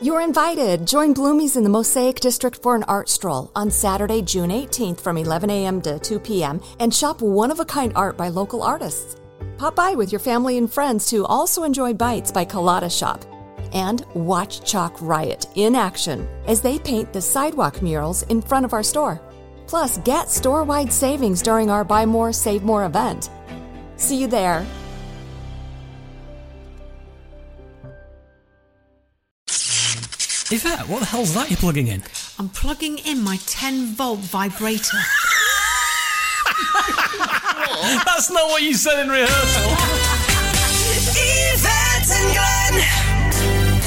You're invited. Join Bloomies in the Mosaic District for an art stroll on Saturday, June 18th from 11 a.m. to 2 p.m. and shop one of a kind art by local artists. Pop by with your family and friends to also enjoy Bites by Colada Shop and watch Chalk Riot in action as they paint the sidewalk murals in front of our store. Plus, get store wide savings during our Buy More, Save More event. See you there. Yvette, what the hell's that you're plugging in? I'm plugging in my 10 volt vibrator. That's not what you said in rehearsal. Yvette and Glenn.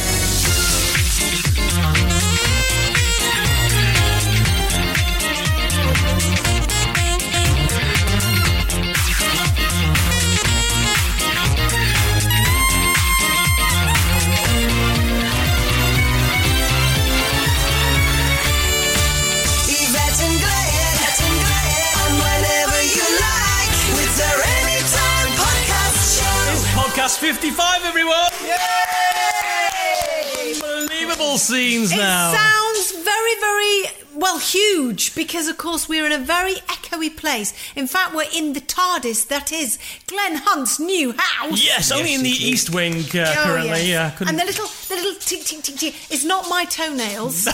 Yvette and Glenn. On whenever you like with their anytime podcast show. Podcast 55, everyone! Yay! Unbelievable scenes now. It sounds very, very, well, huge because, of course, we're in a very echoey place. In fact, we're in the TARDIS that is Glenn Hunt's new house. yes, only in the East Wing uh, currently. Yeah, Oh, yes. couldn't- and the little, the little tick, tick, tick, tick is not my toenails.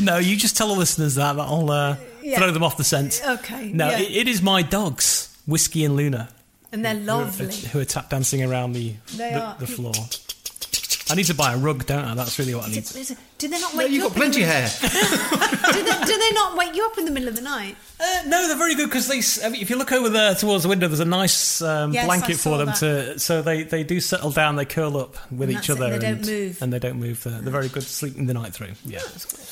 No, you just tell the listeners that. That'll uh, throw them off the scent. Okay, No, Oh, yeah. it, it is my dogs, Whiskey and Luna, and they're who are, lovely. who are tap dancing around the, They the, are. the floor. I need to buy a rug, don't I? That's really what I need. Is to- it- is it- Do they not No, wake you've you got up? in plenty the of hair. middle- Do they, do they not wake you up in the middle of the night? Uh, no, they're very good because they. s- I mean, if you look over there towards the window, there's a nice um, Yes, I blanket for saw them that. to. So they, they do settle down. They curl up with And each that's it, other. they don't and, move. Oh, And they don't move. They're, they're very good sleeping the night through. Yeah.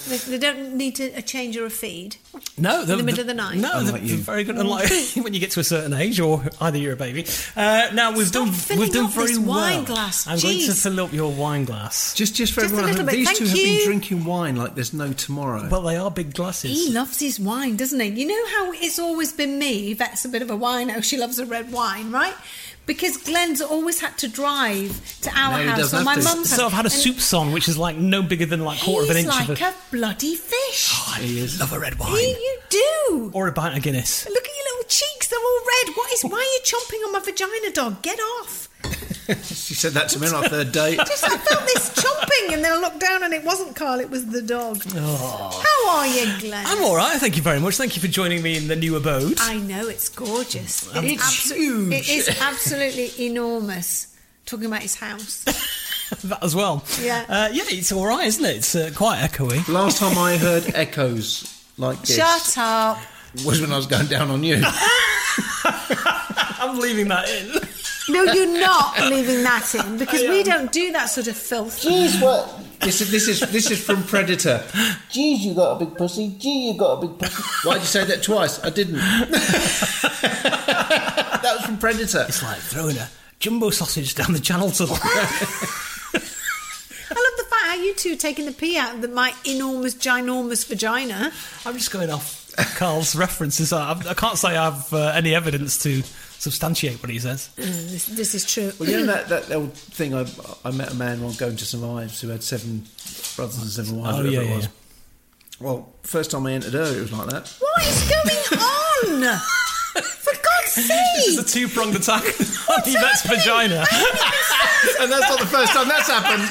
They, they don't need to, a change or a feed. No, they're- the middle of they're- the night. Oh. No, they're, Unlike you. they're very good. Unlike when you get to a certain age, or either you're a baby. Uh, now we've Stop done. filling We've done up very this well. wine glass, I'm going to jeez. fill up your wine glass. Just, just for Just a everyone, little bit, these thank two have been you. drinking wine like there's no tomorrow. Well, they are big glasses. He loves his wine, doesn't he? You know how it's always been me. That's a bit of a wino. She loves a red wine, right? Because Glenn's always had to drive to our No, he house doesn't or my have to. mum's. so I've house. had a And soup song, which is like no bigger than like quarter of an he's inch. like of a bloody fish. I love a red wine You, you do. or a pint of Guinness. Look at your little cheeks; they're all red. What is? Why are you chomping on my vagina, dog? Get off! she said that to me on our third date. Just I felt this chomping, and then I looked down, and it wasn't Carl; it was the dog. Oh. How are you, Glenn? I'm all right, thank you very much. Thank you for joining me in the new abode. I know it's gorgeous. Um, It is It's abso- huge. It is absolutely enormous. Talking about his house. that as well. Yeah. Uh, yeah, it's all right, isn't it? It's uh, quite echoey. Last time I heard echoes like this Shut up. was when I was going down on you. I'm leaving that in. No, you're not leaving that in because we don't do that sort of filth. Jeez, what? This is this is this is from Predator. Jeez, you got a big pussy. Gee, you got a big pussy. Why'd you say that twice? I didn't. that was from Predator. It's like throwing a jumbo sausage down the channel to I love the fact how you two are taking the pee out of the, my enormous, ginormous vagina. I'm just going off Carl's references. I, I can't say I've uh, any evidence to substantiate what he says. Mm, This, this is true. Well, you know that, that old thing I, I met a man while going to some wives who had seven brothers and seven wives. Oh, whatever yeah, it yeah, was. yeah. Well, first time I entered her, it was like that. What is going on? For God's It's see? a two pronged attack on Yvette's vagina. and that's not the first time that's happened.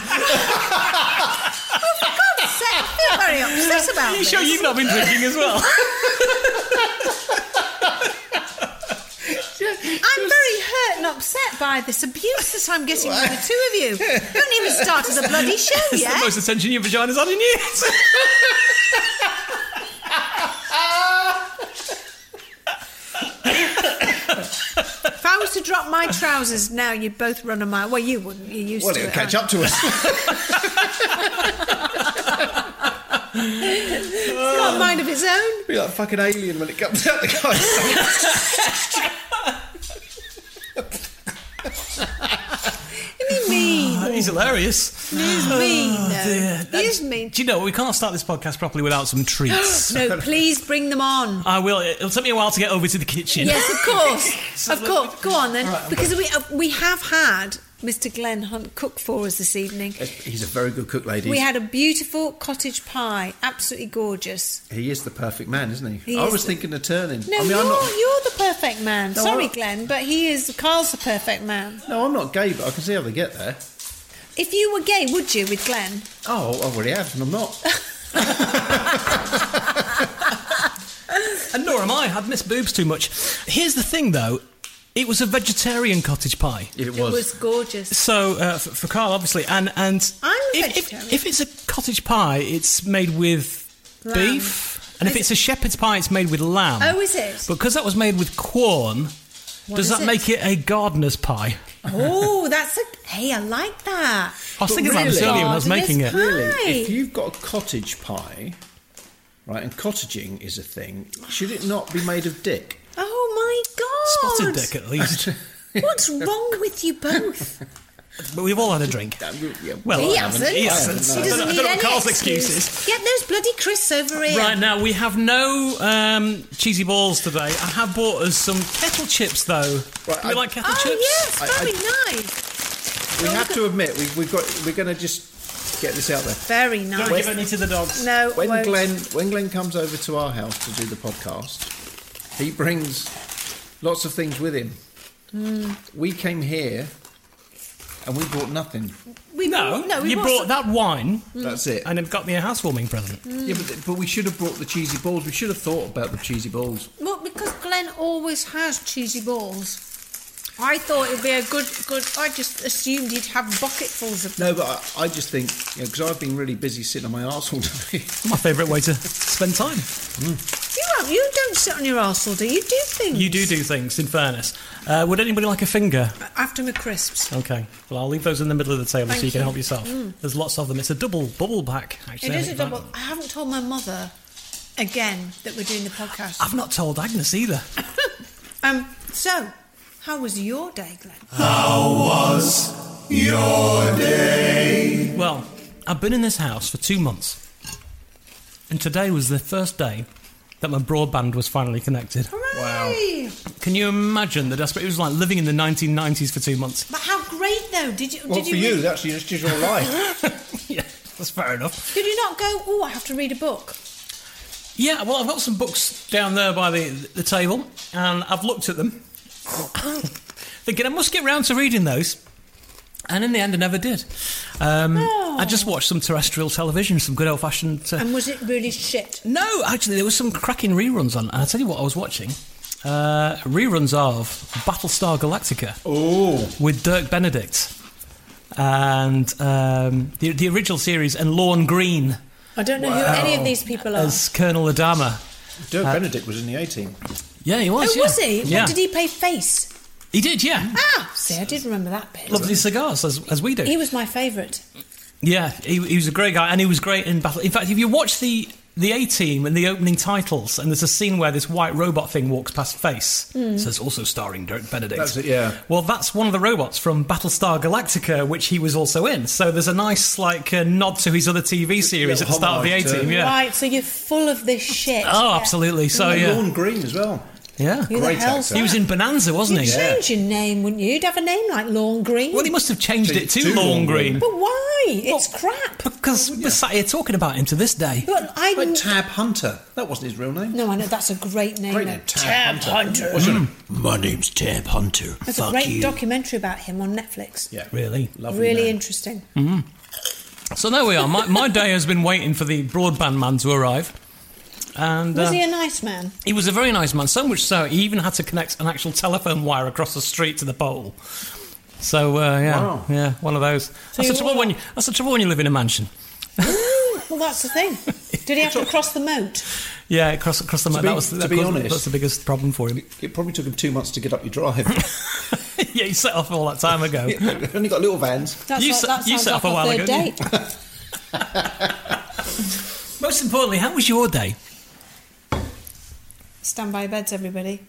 I feel very upset about Are you this. sure you've not been drinking as well? I'm very hurt and upset by this abuse that I'm getting from the two of you. You haven't even started the bloody show It's yet. the most attention your vagina's had in years. If I was to drop my trousers now, you'd both run a mile. Well, you wouldn't. You used Well, to it'll it, catch aren't up to us. you? It's got a mind of its own. Be like a fucking alien when it comes out the guy's. He's mean. He's hilarious. He's mean. Oh, dear. though. He is mean. Do you know, we can't start this podcast properly without some treats. No, please bring them on. I will. It'll take me a while to get over to the kitchen. Yes, of course, of course. Go on then, because we uh, we have had Mr. Glenn Hunt cook for us this evening. He's a very good cook, ladies. We had a beautiful cottage pie, absolutely gorgeous. he is the perfect man, isn't he? He I is was the- thinking of turning. No, I mean, you're, I'm not. you're the perfect man. No, Sorry, I'm- Glenn, but he is. Carl's the perfect man. No, I'm not gay, but I can see how they get there. If you were gay, would you with Glenn? Oh, I already have, and I'm not. And nor am I. I've missed boobs too much. Here's the thing, though. It was a vegetarian cottage pie. It was. It was gorgeous. So uh, for, for Carl, obviously, and and I'm a if, vegetarian. if, if it's a cottage pie, it's made with Lamb. beef, and if Is it's a shepherd's pie, it's made with lamb. Oh, is it? But because that was made with corn, What does is that it? make it a gardener's pie? Oh, that's a hey, I like that. I was thinking about this really? earlier when I was making it. Really, if Pie. you've got a cottage pie, right, and cottaging is a thing, should it not be made of dick? Oh my god! Spotted dick, at least. What's wrong with you both? but we've all had a drink. Yeah, Well, He I haven't. hasn't. He I hasn't. haven't, no. He I don't, doesn't know- I need don't know any Carl's excuse. excuses. Get those bloody Chris over here. Right now, we have no um, cheesy balls today. I have bought us some kettle chips, though. Right, Do you I- like kettle Oh chips? yes, I- I- very nice. we have to admit we, we've got we're going to just get this out there. Very Don't nice. give any to the dogs. No, When won't. Glenn when Glenn comes over to our house to do the podcast, he brings lots of things with him. We came here and we bought nothing. we No, bought- no, we you brought some- that wine That's it. and it got me a housewarming present. Yeah, but, but we should have brought the cheesy balls. We should have thought about the cheesy balls. Well, because Glenn always has cheesy balls. I thought it'd be a good, good. I just assumed he'd have bucketfuls of. No, but I, I just think because I've been really busy sitting on my arse all day. My favourite way to spend time. Mm. You don't, you don't sit on your arsehole, do you? You Do things. You do do things, in fairness. Uh, would anybody like a finger? After my crisps, Okay. Well, I'll leave those in the middle of the table Thank so you can you. Mm. help yourself. There's lots of them. It's a double bubble pack, actually. it I is a think, double. that- I haven't told my mother again that we're doing the podcast. I've not told Agnes either. Um. So, how was your day, Glenn? Well, I've been in this house for two months, and today was the first day that my broadband was finally connected. Hooray! Can you imagine the desperate? It was like living in the 1990s for two months. But how great though! Did you? Well, did for you, you, read- that's just just your life. yeah, that's fair enough. Did you not go? Oh, I have to read a book. Yeah, well, I've got some books down there by the, the table, and I've looked at them, thinking I must get round to reading those. And in the end, I never did. Um, Oh. I just watched some terrestrial television, some good old fashioned. Uh, And was it really shit? no, actually, there was some cracking reruns on. And I tell you what, I was watching uh, reruns of Battlestar Galactica oh, with Dirk Benedict and um, the, the original series and Lorne Green I don't know who any of these people are. as Colonel Adama. Uh, Dirk Benedict was in the A team. Yeah, he was. oh, yeah. was he? Yeah. What, did he play face? He did, yeah. Ah, see, I did remember that bit. Lovely cigars, as, as we do. He was my favourite. yeah, he, he was a great guy, and he was great in battle. In fact, if you watch the the A Team and the opening titles, and there's a scene where this white robot thing walks past Face, Hmm. so it's also starring Dirk Benedict. That's it, yeah. Well, that's one of the robots from Battlestar Galactica, which he was also in. So there's a nice like uh, nod to his other TV series at the start of the A homage to- Team. Yeah. Right, so you're full of this shit. Oh, Yeah. absolutely. So and yeah, Lorne Green as well. yeah. Who the Great hell's actor. He was in Bonanza, wasn't You'd he? change your name, wouldn't you? You'd have a name like Lawn Green. Well, he must have changed it to To Lawn Lawn Green. Green. But why? It's crap. Because we're sat here talking about him to this day. But I Like Tab Hunter. That wasn't his real name. no, I know that's a great name. Great though. name, Tab Hunter. What's your name? Mm. My name's Tab Hunter. There's a great documentary about him on Netflix. Yeah. Really? Lovely really name. interesting. Mm-hmm. So there we are. My, my day has been waiting for the broadband man to arrive. And Was uh, he a nice man? He was a very nice man, so much so he even had to connect an actual telephone wire across the street to the pole. So uh, yeah, Wow. yeah, one of those. that's you the trouble all- when you, that's the trouble when you live in a mansion. Well, that's the thing. Did he have to cross the moat? Yeah, across across the To moat. be- That was to that be caused- honest- that's the biggest problem for him. It probably took him two months to get up your drive. yeah, he set off all that time ago. We've only got little vans. That's You like, set- that you sounds set like up a while third ago, date. didn't Most importantly, how was your day? Stand by beds, everybody.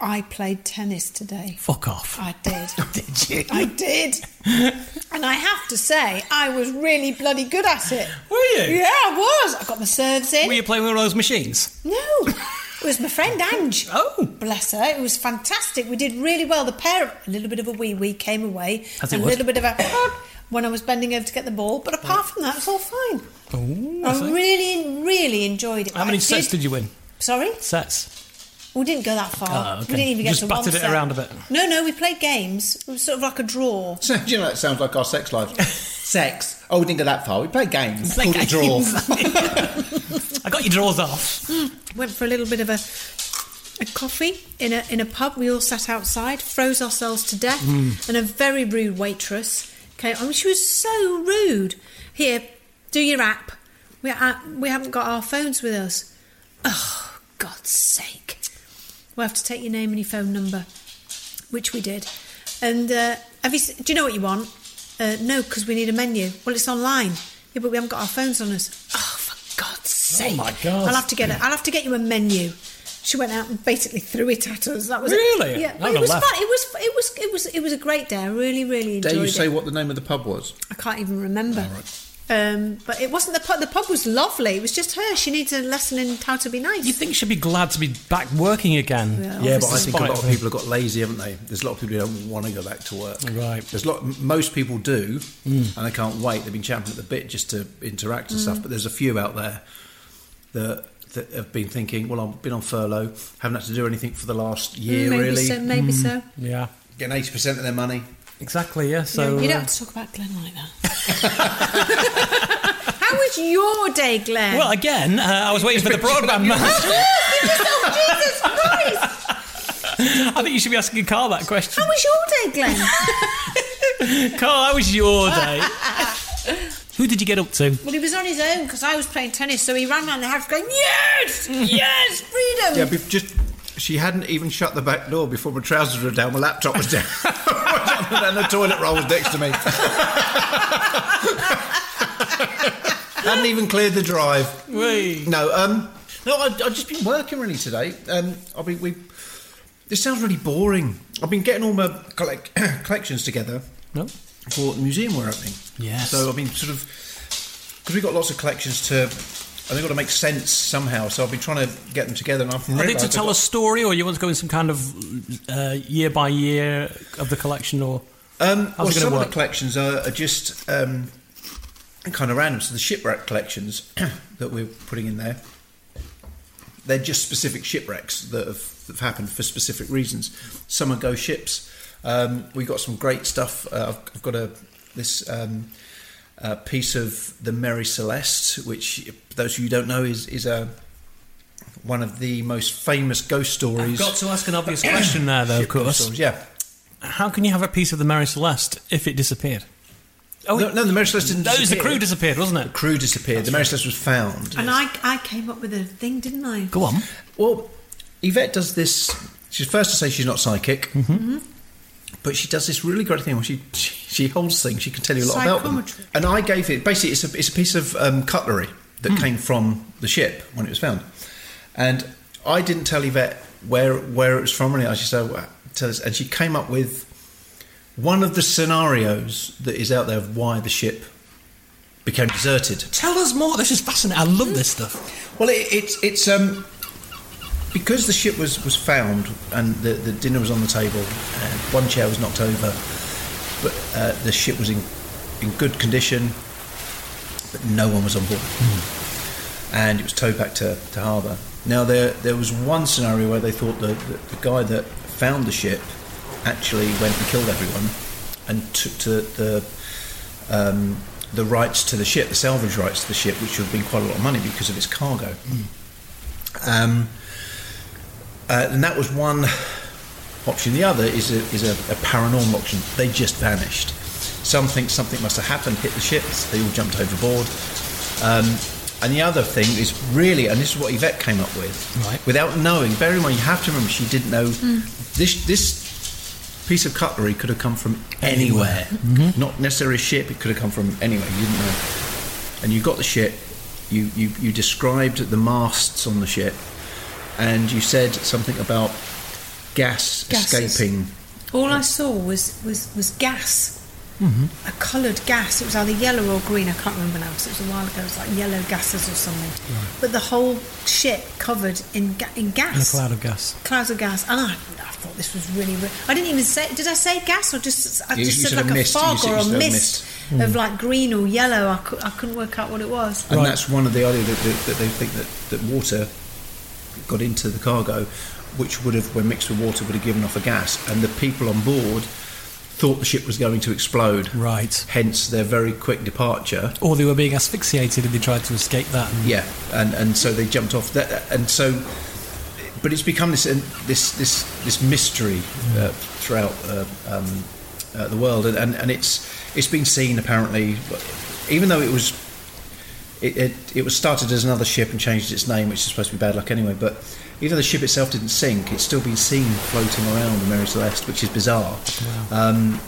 I played tennis today. Fuck off. I did. Did you? I did. And I have to say, I was really bloody good at it. Were you? Yeah, I was. I got my serves in. Were you playing with all those machines? No, it was my friend Ange. Oh. bless her! It was fantastic. We did really well. The pair, of, a little bit of a wee wee came away, As it and a would. little bit of a when I was bending over to get the ball. But apart from that, it's all fine. Ooh, I I see. really, really enjoyed it. How many sets did you win? Sorry, Sets. we didn't go that far. Oh, okay. We didn't even You get just to batted one it set. around a bit. No, no, we played games. It was sort of like a draw. So, do you know that sounds like our sex life? sex. Oh, we didn't go that far. We played games. Called it a draw. I got your drawers off. went for a little bit of a a coffee in a in a pub. We all sat outside, froze ourselves to death, Mm. and a very rude waitress came. I mean, she was so rude. Here, do your app. We uh, we haven't got our phones with us. Oh, God's sake! We'll have to take your name and your phone number, which we did. And uh, have you? s- Do you know what you want? Uh, no, because we need a menu. Well, it's online. Yeah, but we haven't got our phones on us. Oh, for God's sake! Oh my God. I'll have to get it. I'll have to get you a menu. She went out and basically threw it at us. That was it. Really? Yeah, I'd but it have was laughed. fun. It was it was it was it was a great day. I really really enjoyed Dare you it. say what the name of the pub was? I can't even remember. Um, but it wasn't the pub. The pub was lovely. It was just her. She needs a lesson in how to be nice. You think she'd be glad to be back working again? Yeah, Yeah, but I Obviously, think a lot of spiteful. people have got lazy, haven't they? There's a lot of people who don't want to go back to work. Right. There's a lot. m- Most people do, Hmm. and they can't wait. They've been champing at the bit just to interact and stuff. But there's a few out there that that have been thinking, well, I've been on furlough, haven't had to do anything for the last year, maybe really. Hmm. so. Maybe so. Yeah, Getting eighty percent of their money. exactly. Yeah. So No, you uh, don't have to talk about Glenn like that. How was your day, Glenn? well, again, uh, I was waiting for the broadband man. oh, Jesus Christ! I think you should be asking Carl that question. How was your day, Glenn? Carl, how was your day? Who did you get up to? well, he was on his own because I was playing tennis, so he ran around the house going, "Yes, Mm. yes, freedom." Yeah, be- just she hadn't even shut the back door before my trousers were down. My laptop was down, and the toilet roll was next to me. hadn't even cleared the drive. Wee. No, um, no, I've, I've just been working really today. Um, I've been we. This sounds really boring. I've been getting all my collect- collections together No. for the museum we're opening. Yes. So I mean, sort of, because we've got lots of collections to, and they've got to make sense somehow. So I've been trying to get them together, and I've Are they realised to I've tell got- a story, or you want to go in some kind of uh, year by year of the collection, or how's Um, well, it going some to of work? the collections are, are just um, kind of random. So the shipwreck collections that we're putting in there, they're just specific shipwrecks that have, that have happened for specific reasons. Some are ghost ships. Um, we've got some great stuff. Uh, I've, I've got a this um, uh, piece of the Mary Celeste, which for those of you who don't know is is a one of the most famous ghost stories. Got to ask an obvious question there, though. Of ship ghost course, stories, yeah. how can you have a piece of the Mary Celeste if it disappeared? Oh, no, no, the Mary Celeste didn't. no, it was the disappear. crew disappeared, wasn't it? The crew disappeared. the Mary Celeste was found. And I, I came up with a thing, didn't I? Go on. Well, Yvette does this. She's first to say she's not psychic, Mm-hmm. but she does this really great thing where she she, she holds things. She can tell you a lot about them. Psychometry. And I gave it basically it's a it's a piece of um, cutlery Mm. that came from the ship when it was found, and I didn't tell Yvette where where it was from. And I just said, "Well, tell us, and she came up with one of the scenarios that is out there of why the ship became deserted. Tell us more. This is fascinating. I love this stuff. Well, it, it's it's um because the ship was was found and the, the dinner was on the table and one chair was knocked over, but uh, the uh, ship was in in good condition, but no one was on board. And it was towed back to, to harbour. Now, there, there was one scenario where they thought the, the, the guy that found the ship actually went and killed everyone and took to the, um, the rights to the ship, the salvage rights to the ship, which would have been quite a lot of money because of its cargo. Um, uh, and that was one option. The other is a, is a, a paranormal option. They just vanished. Some think something must have happened, hit the ships, they all jumped overboard. Um, and the other thing is really, and this is what Yvette came up with, Right. without knowing, bear in mind, you have to remember she didn't know Hmm. Mm. this, this piece of cutlery could have come from anywhere. Not necessarily a ship, it could have come from anywhere, you didn't know. And you got the ship, you, you, you described the masts on the ship, and you said something about gas Gases. escaping. All I saw was was was gas, a coloured gas. It was either yellow or green. I can't remember now because it was a while ago. It was like yellow gases or something. But the whole ship covered in ga- in gas, In a cloud of gas. clouds of gas. And I, I thought this was really. re- I didn't even say. Did I say gas or just? I You- just you said said a like a, mist. You fog said- or you a said a mist, of like green or yellow. I, cou- I couldn't work out what it was. And Hmm. Right. that's one of the idea that, that, that they think that, that water got into the cargo, which would have, when mixed with water, would have given off a gas. And the people on board thought the ship was going to explode. Right. Hence their very quick departure. Or they were being asphyxiated and they tried to escape that. And Yeah, and, and so they jumped off. That, and so, but it's become this this this this mystery Mm. uh, throughout uh, um, uh, the world, and, and, and it's it's been seen apparently, even though it was it, it it was started as another ship and changed its name, which is supposed to be bad luck anyway. But even though the ship itself didn't sink, it's still been seen floating around the Mary Celeste, which is bizarre. Um,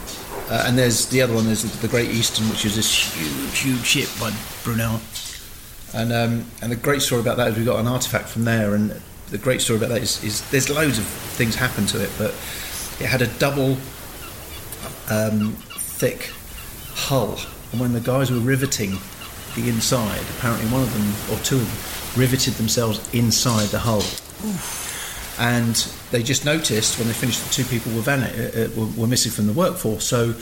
uh, and there's the other one, there's the Great Eastern, which is this huge, huge ship by Brunel. And um, and the great story about that is we got an artifact from there, and the great story about that is, is there's loads of things happen to it, but it had a double um, thick hull, and when the guys were riveting the inside, apparently one of them or two of them riveted themselves inside the hull. And they just noticed when they finished, that two people were, van- uh, uh, were, were missing from the workforce. So,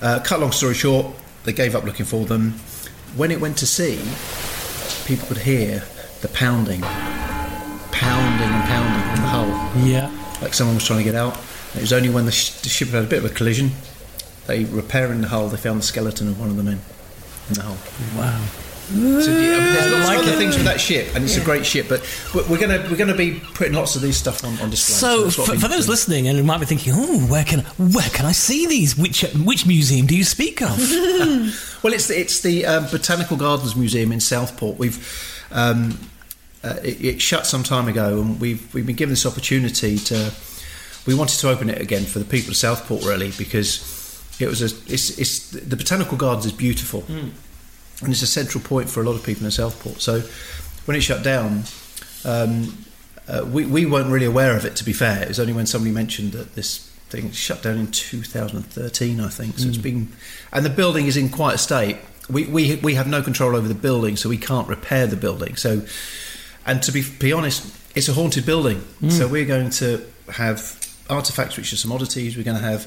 uh, cut long story short, they gave up looking for them. When it went to sea, people could hear the pounding, pounding and pounding in the hull, yeah. like someone was trying to get out. And it was only when the, sh- the ship had a bit of a collision, they repairing the hull, they found the skeleton of one of the men in the hull. Wow. So yeah, there's lots Like of other it. things with that ship, and it's a great ship. But we're we're gonna we're gonna be putting lots of these stuff on, on display. So, that's what for, I've for been those doing. listening, and who might be thinking, "Oh, where can where can I see these? Which which museum do you speak of?" Well, it's the, it's the um, Botanical Gardens Museum in Southport. We've um, uh, it, it shut some time ago, and we've we've been given this opportunity to. We wanted to open it again for the people of Southport, really, because it was a. It's, it's the Botanical Gardens is beautiful, and it's a central point for a lot of people in Southport. So when it shut down. Um, uh, we, we weren't really aware of it, to be fair. It was only when somebody mentioned that this thing shut down in 2013, I think. So it's been, and the building is in quite a state. We, we, we have no control over the building, so we can't repair the building. So, and to be, be honest, it's a haunted building. So we're going to have artifacts, which are some oddities. We're going to have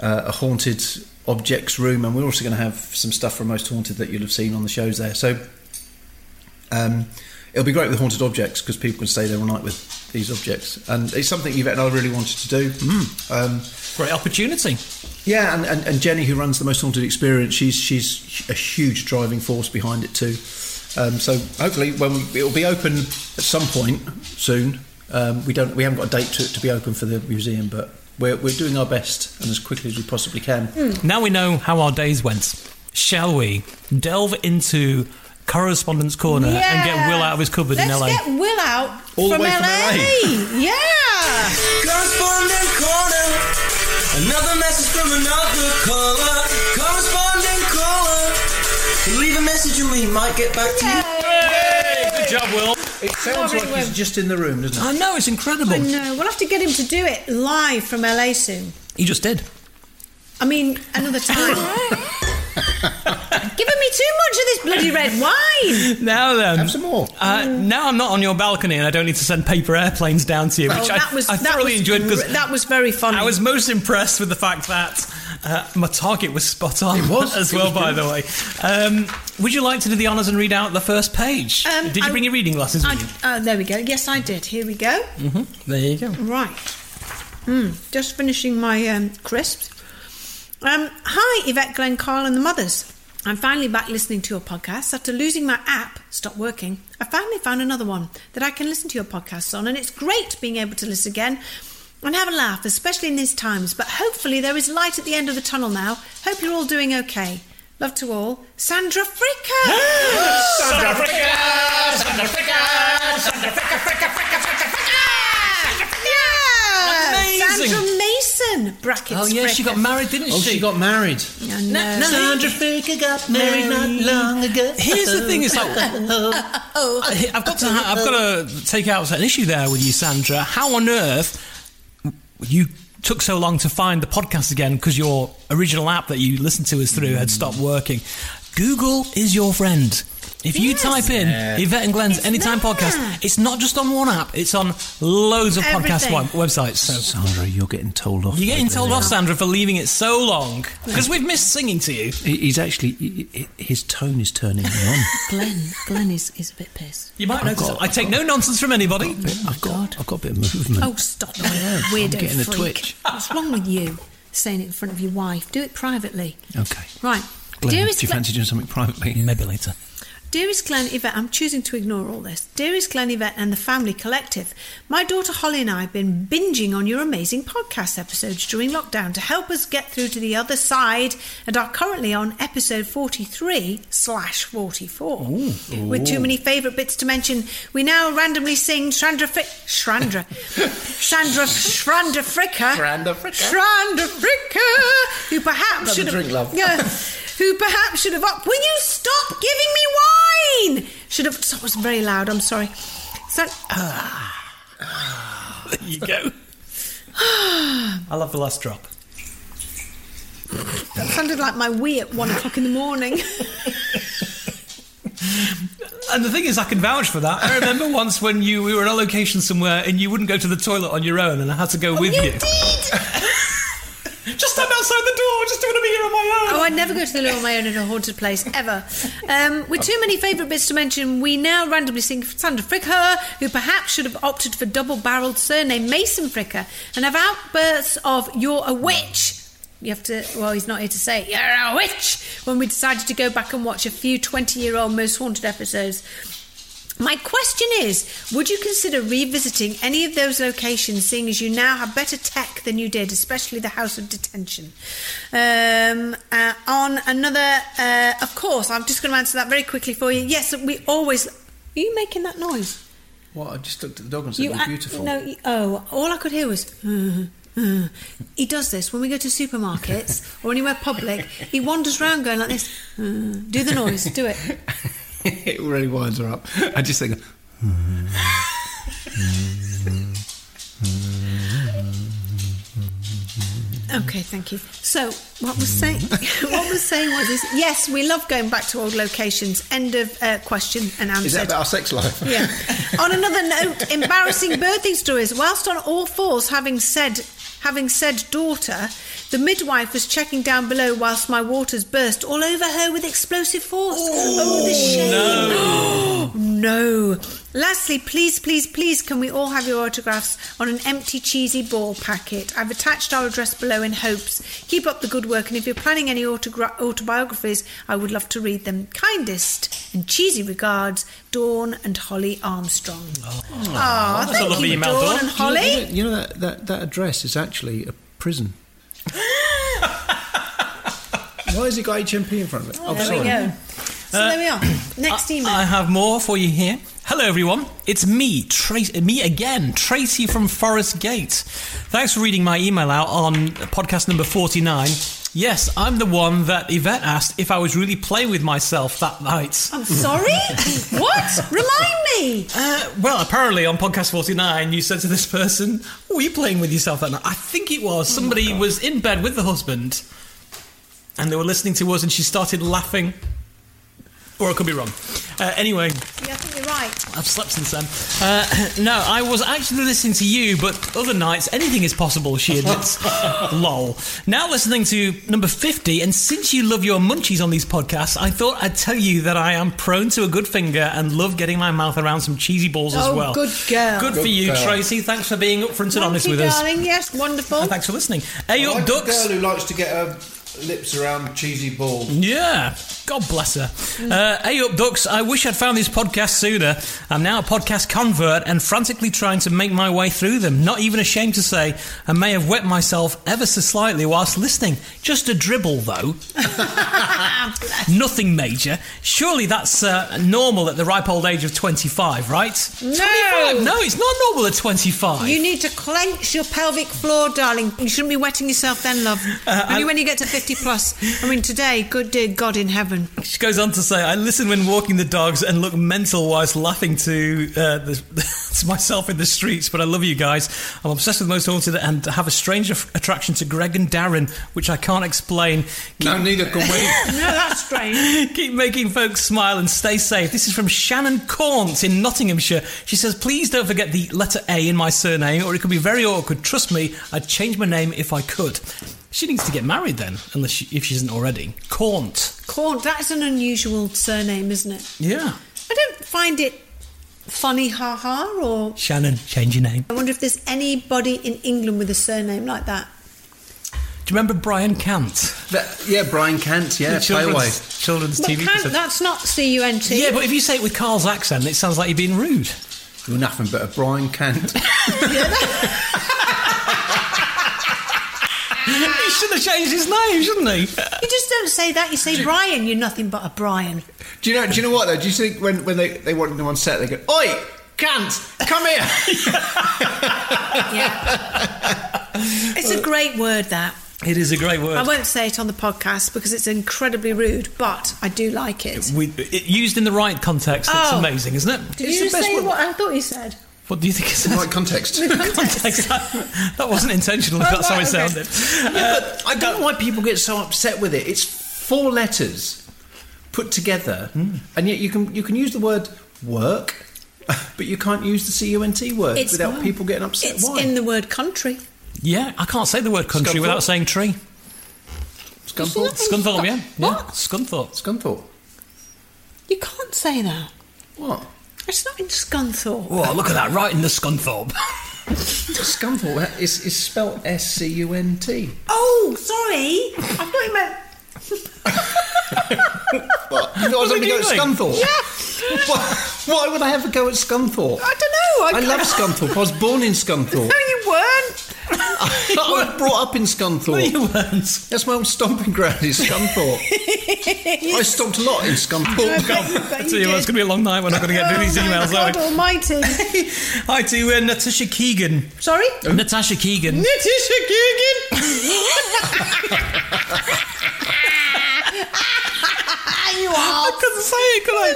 uh, a haunted objects room, and we're also going to have some stuff from Most Haunted that you'll have seen on the shows there. So um, it'll be great with haunted objects because people can stay there all night with these objects, and it's something Yvette and I really wanted to do. Um, Mm. Great opportunity. yeah, and, and, and Jenny, who runs the Most Haunted Experience, she's she's a huge driving force behind it too. Um, so hopefully, when we, it'll be open at some point soon. Um, we don't we haven't got a date to to be open for the museum, but we're we're doing our best and as quickly as we possibly can. Now we know how our days went. Shall we delve into correspondence corner and get Will out of his cupboard Let's in LA? get Will out All the from way LA. from yeah. Correspondent corner. Another message from another caller. Correspondent caller. Leave a message and we might get back to you. Hey, good job, Will. It sounds like he's just in the room, doesn't it? I know it's incredible. I know. We'll have to get him to do it live from LA soon. He just did. I mean, another time. Giving me too much of this bloody red wine. Now then. Have some more. Uh, now I'm not on your balcony and I don't need to send paper airplanes down to you, which Oh, I, I thoroughly was enjoyed gr- because that was very funny. I was most impressed with the fact that Uh, my target was spot on. It was. as It well, was by the way. brilliant. Um, would you like to do the honours and read out the first page? Um, Did you I- bring your reading glasses? with you? I, oh, there we go. Yes, I did. Here we go. Mm-hmm. There you go. Right. Mm, just finishing my um, crisps. Um, hi, Yvette, Glenn, Carl, and the mothers. I'm finally back listening to your podcast. After losing my app, stopped working, I finally found another one that I can listen to your podcasts on, and it's great being able to listen again and have a laugh, especially in these times. But hopefully, there is light at the end of the tunnel now. Hope you're all doing okay. Love to all. Sandra Fricker! Sandra Fricker! Sandra Fricker! Yeah! Amazing. Sandra Mason, brackets. Oh yeah, she got Fricker. married, didn't Oh, she? she got married. I know. Sandra Fricker got married not long ago. Here's the thing: is like Oh, I've got to ha- I've Oh. got to take out an issue there with you, Sandra. How on earth you took so long to find the podcast again because your original app that you listened to us through had stopped working? Google is your friend. If you Yes. type in Yvette and Glenn's It's Anytime there. Podcast, it's not just on one app; it's on loads of podcast Everything. web- websites. So Sandra, you're getting told off. you're getting over told there. off, Sandra, for leaving it so long because we've missed singing to you. He- He's actually he- he- his tone is turning me on. Glenn, Glenn is, is a bit pissed. You might I've notice. got- I take no nonsense from anybody. I've got I've got a bit of movement. oh, stop it, Hmm. I'm weirdo getting a freak. twitch. What's wrong with you? Saying it in front of your wife. Do it privately. Okay. Right. Glenn, Dearest do you Glen- fancy doing something privately? Maybe later. Dearest Glen Yvette, I'm choosing to ignore all this. Dearest Glen Yvette and the family collective, my daughter Holly and I have been binging on your amazing podcast episodes during lockdown to help us get through to the other side and are currently on episode 43 slash 44. With too many favourite bits to mention, we now randomly sing Shrandra Frick... Shrandra. Sandra Shrandra Fricker. Shrandra Fricker. Shrandra Fricker, who perhaps should have... drink, love. Yeah, who perhaps should have up. Will you stop giving me wine? Should have. That was very loud. I'm sorry. So, There you go. I love the last drop. that sounded like my wee at one o'clock in the morning. And the thing is, I can vouch for that. I remember once when you we were on a location somewhere and you wouldn't go to the toilet on your own, and I had to go Oh, with you you. did. Just stand outside the door. I just don't want to be here on my own. Oh, I'd never go to the loo on my own in a haunted place ever. Um, with too many favourite bits to mention, we now randomly sing Sandra Fricker, who perhaps should have opted for double-barreled surname Mason Fricker, and have outbursts of "You're a witch." You have to. Well, he's not here to say it. "You're a witch." When we decided to go back and watch a few twenty-year-old most haunted episodes. My question is Would you consider revisiting any of those locations, seeing as you now have better tech than you did, especially the House of Detention? Um, uh, on another, uh, of course, I'm just going to answer that very quickly for you. Yes, we always. Are you making that noise? What? I just looked at the dog and said, you "You're act- beautiful." No, you- oh, all I could hear was. "Mm, mm." He does this when we go to supermarkets or anywhere public. He wanders around going like this. "Mm." Do the noise. Do it. it really winds her up. I just think. Okay, thank you. So, what was saying? what was saying was this? Yes, we love going back to old locations. End of uh, question and answer. Is that about our sex life? Yeah. on another note, embarrassing birthing stories. Whilst on all fours, having said having said daughter, the midwife was checking down below whilst my waters burst all over her with explosive force. oh, the shame. No. Lastly, please, please, please, can we all have your autographs on an empty cheesy ball packet? I've attached our address below in hopes. Keep up the good work, and if you're planning any autogra- autobiographies, I would love to read them. Kindest and cheesy regards, Dawn and Holly Armstrong. Oh, that's a thank lovely you, email, Dawn. Dawn and You Holly. know, you know that, that, that address is actually a prison. Why has it got HMP in front of it? Oh, there sorry. we go. So there we are. Next email. I have more for you here. Hello, everyone. It's me, Tracy. Me again, Tracy from Forest Gate. Thanks for reading my email out on podcast number forty-nine. Yes, I'm the one that Yvette asked if I was really playing with myself that night. I'm sorry? what? Remind me. Uh, well, apparently on podcast 49, you said to this person, Were you playing with yourself that night? I think it Oh was. Somebody was in bed with the husband and they were listening to us and she started laughing. Or I could be wrong. Uh, anyway, Yeah, I think you're right. I've slept since then. Uh, no, I was actually listening to you, but other nights anything is possible, she admits. Lol. Now listening to number 50, and since you love your munchies on these podcasts, I thought I'd tell you that I am prone to a good finger and love getting my mouth around some cheesy balls Oh, as well. good girl. Good, for you, girl. Tracy. Thanks for being upfront and honest Monkey with us. darling, yes, wonderful. And thanks for listening. Hey, I up, like ducks. a girl who likes to get her lips around cheesy ball. Yeah, God bless her. Uh, hey up, ducks! I wish I'd found these podcasts sooner. I'm now a podcast convert and frantically trying to make my way through them. Not even ashamed to say, I may have wet myself ever so slightly whilst listening. Just a dribble, though. Nothing major. Surely that's uh, normal at the ripe old age of 25, right? No. no, it's not normal at 25. You need to clench your pelvic floor, darling. You shouldn't be wetting yourself then, love. Only I'm- when you get to 50 plus. I mean, today, good dear God in heaven. She goes on to say, "I listen when walking the dogs and look mental whilst laughing to uh, the, to myself in the streets. But I love you guys. I'm obsessed with Most Haunted and have a strange aff- attraction to Greg and Darren, which I can't explain. No, neither can we. No, that's strange. Keep making folks smile and stay safe. This is from Shannon Corns in Nottinghamshire. She says, "Please don't forget the letter A in my surname, or it could be very awkward. Trust me, I'd change my name if I could." She needs to get married then, unless she, if she isn't already. Cornt. Corn, that's an unusual surname, isn't it? Yeah. I don't find it funny, ha ha, or Shannon, change your name. I wonder if there's anybody in England with a surname like that. Do you remember Brian Cant? That- yeah, Brian Kant. Yeah, The play away. children's, children's But TV can't- presenter. that's not C U N T. Yeah, but if you say it with Carl's accent, it sounds like you're being rude. You're nothing but a Brian Kant. he should have changed his name, shouldn't he? you just don't say that. You say Brian. You're nothing but a Brian. do you know? Do you know what though? Do you think when, when they they want them on set, they go, "Oi, Kant, come here." Yeah, it's a great word. That It is a great I word. won't say it on the podcast because it's incredibly rude, but I do like it. We, it, used in the right context, it's Oh. amazing, isn't it? Did It's you the best say word. what I thought you said? What do you think it In says? the right context. Context. That, that wasn't intentional. if Oh, that's how it right, okay. sounded. Yeah, but I don't know why people get so upset with it. It's four letters put together, Hmm. and yet you can you can use the word work, but you can't use the C U N T word It's- without people getting upset. It's why? in the word country. Yeah, I can't say the word country Scunthorpe. without saying tree. Scunthorpe. Scunthorpe, yeah. yeah. What? Scunthorpe. Scunthorpe. You can't say that. What? It's not in Scunthorpe. Whoa, look at that, right in the Scunthorpe. Scunthorpe is, is spelled S C U N T. Oh, sorry. I thought you meant. What? You What are guys having a go we at doing? Scunthorpe? Yeah. Why, why would I have a go at Scunthorpe? Oh, I don't know. I love Scunthorpe. I was born in Scunthorpe. you weren't. I was brought up in Scunthorpe. you weren't. That's my old stomping ground is Scunthorpe. I stomped a lot in Scunthorpe. I Tell you what, it's going to be a long night. We're not going to get through these emails, are Oh, God we? Almighty. Hi to uh, Natasha Keegan. Oh. Sorry. Natasha Keegan. Natasha Keegan. you are. I couldn't say it, could I?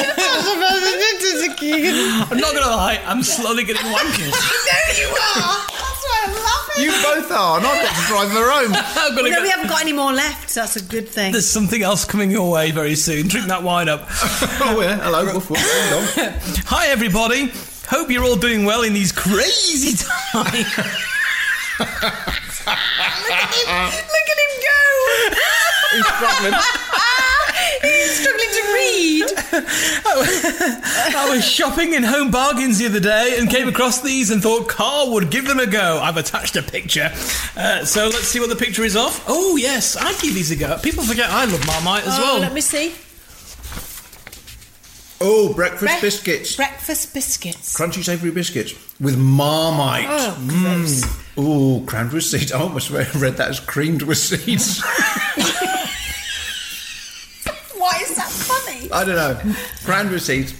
Natasha Keegan. I'm not gonna lie, I'm slowly getting wanky. There you are. That's why I'm laughing. you both are, and I've got to drive her home. I'm gonna no, get- we haven't got any more left. So that's a good thing. There's something else coming your way very soon. Drink that wine up. oh, yeah. Hello. Woof, woof. Hang on. Hi, everybody. Hope you're all doing well in these crazy times. Look at him. Look at him go. He's struggling. He's struggling to read. Oh. I was shopping in Home Bargains the other day and came across these and thought Carl would give them a go. I've attached a picture. Uh, so let's see what the picture is of. Oh, yes, I'd give these a go. People forget I love Marmite as Oh, well. Let me see. Oh, breakfast Brec- biscuits. Breakfast biscuits. Crunchy savoury biscuits with marmite. Mm. Oh, gross. Ooh, crammed with seeds. I almost read read that as creamed with seeds. Why is that funny? I don't know. Crammed with seeds.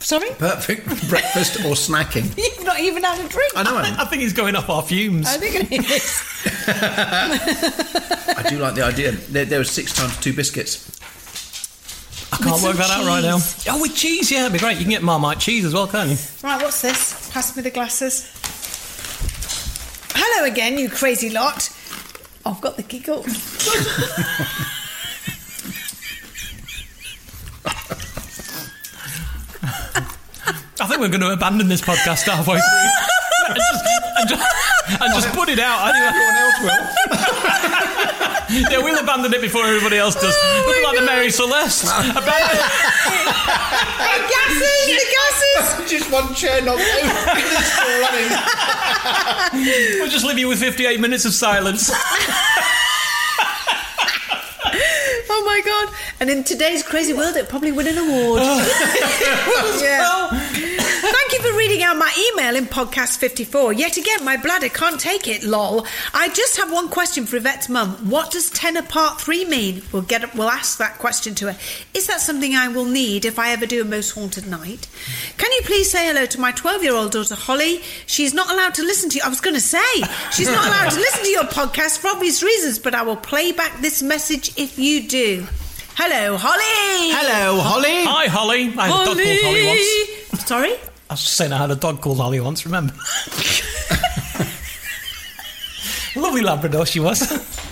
Sorry? Perfect for breakfast or snacking. You've not even had a drink. I know. I, I think he's going off our fumes. I think it is. I do like the idea. There, there was six times two biscuits. I can't With work some that out right now. cheese. Oh, with cheese, yeah, it'd be great. You can get Marmite cheese as well, can't you? Right, what's this? Pass me the glasses. Hello again, you crazy lot. I've got the giggle. think we're going to abandon this podcast halfway through and just, and just, and just put it out. Anyway. Everyone else will. Yeah, we'll abandon it before everybody else does. Look like the Mary Celeste. Abandon it. The gases, the gases. Just one chair knocked over. It's still running. We'll just leave you with 58 minutes of silence. Oh my god! And in today's crazy world, it probably win an award. Oh. yeah. Thank you for reading out my email in podcast 54. Yet again, my bladder can't take it, lol. I just have one question for Yvette's mum. What does 10 apart 3 mean? We'll get we'll ask that question to her. Is that something I will need if I ever do a most haunted night? Can you please say hello to my 12-year-old daughter Holly? She's not allowed to listen to you. I was going to say, she's not allowed to listen to your podcast for obvious reasons, but I will play back this message if you do. Hello, Oh, Holly. Hello, Holly. Hi, Holly. I had a dog called Holly once. Sorry? I was just saying I had a dog called Holly once, remember? Lovely Labrador she was.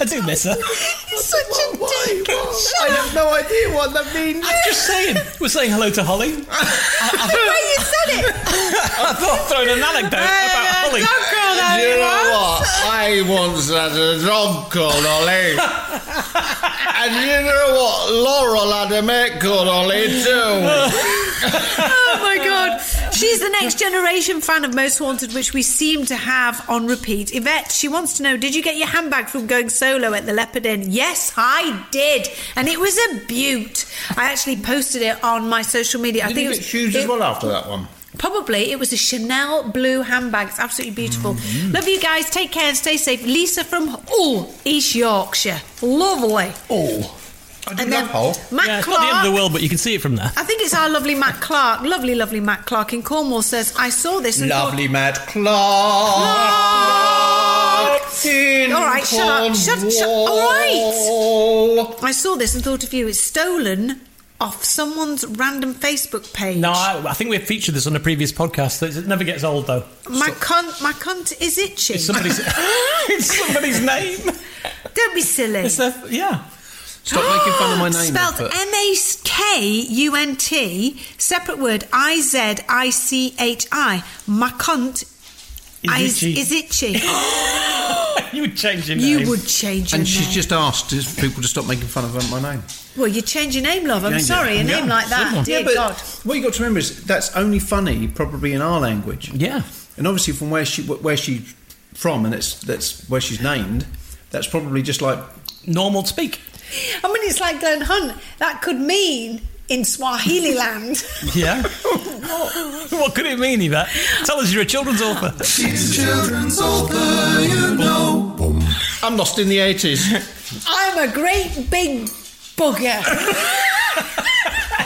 I do miss her. Such a dick. I have no idea what that means. I'm just saying. We're saying hello to Holly. The way you said it. I thought throwing an anecdote about Holly. You know what? I once had a dog called Ollie. and you know what? Laurel had a mate called Ollie too. Oh my god. She's the next generation fan of Most Haunted, which we seem to have on repeat. Yvette, she wants to know Did you get your handbag from going solo at the Leopard Inn? Yes, I did. And it was a beaut. I actually posted it on my social media. I Did think you it get was shoes as it- well after that one? Probably it was a Chanel blue handbag. It's absolutely beautiful. Mm. Love you guys. Take care and stay safe. Lisa from oh East Yorkshire. Lovely. Oh. I did that hole. Matt Yeah, it's not Clark. the end of the world, but you can see it from there. I think it's our lovely Matt Clark. Lovely, lovely Matt Clark in Cornwall says, I saw this and thought- Lovely Matt Clark. in All right, shut up, shut- shut- all Cornwall. I saw this and thought of you. It's stolen off someone's random Facebook page. No, I, I think we've featured this on a previous podcast. It never gets old, though. my cunt, my cunt is itching. It's somebody's, it's somebody's name. Don't be silly. It's their, yeah. Stop making fun of my name. Spelled but- M A K U N T, separate word I Z I C H I. My cunt is, Izzy. is itchy. you would change your name. you would change your and name. she's just asked is- people to stop making fun of my name. well, you change your name, love. I'm Change it. sorry, a Yeah. name like that. Dear yeah, but God. what you got to remember is that's only funny probably in our language. Yeah. and obviously from where she where she's from, and that's that's where she's named. That's probably just like Normal speak. I mean, it's like Glenn Hunt. That could mean in Swahili land. Yeah. what, what could it mean, Yvette? Tell us you're a children's author. I'm lost in the eighties. I'm a great big bugger.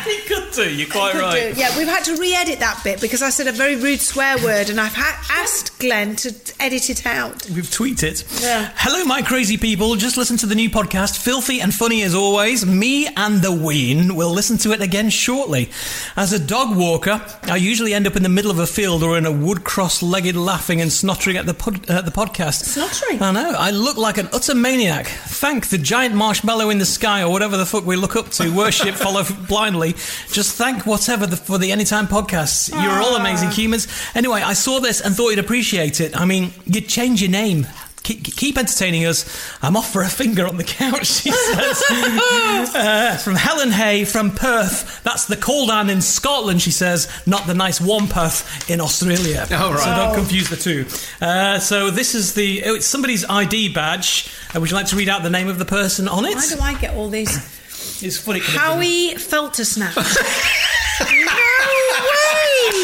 you could do, you're quite Could right. do. Yeah, we've had to re-edit that bit because I said a very rude swear word, and I've ha- asked Glenn to t- edit it out. We've tweeted it. Yeah. Hello, my crazy people. Just listen to the new podcast, filthy and funny as always. Me and the Ween will listen to it again shortly. As a dog walker, I usually end up in the middle of a field or in a wood cross-legged, laughing and snottering at the pod- at the podcast. Snottering? I know. I look like an utter maniac. Thank the giant marshmallow in the sky or whatever the fuck we look up to. Worship, follow blindly. Just thank whatever the, for the Anytime podcasts. You're all amazing humans. Anyway, I saw this and thought you'd appreciate it. I mean, you'd change your name. Keep, keep entertaining us. I'm off for a finger on the couch, she says. Uh, from Helen Hay from Perth. That's the Caldan in Scotland, she says, not the nice Wamputh in Australia. Oh, right. So don't confuse the two. Uh, so this is the oh, it's somebody's ID badge. Uh, would you like to read out the name of the person on it? Why do I get all these? It's funny. it could have been- Howie Feltersnap. no way!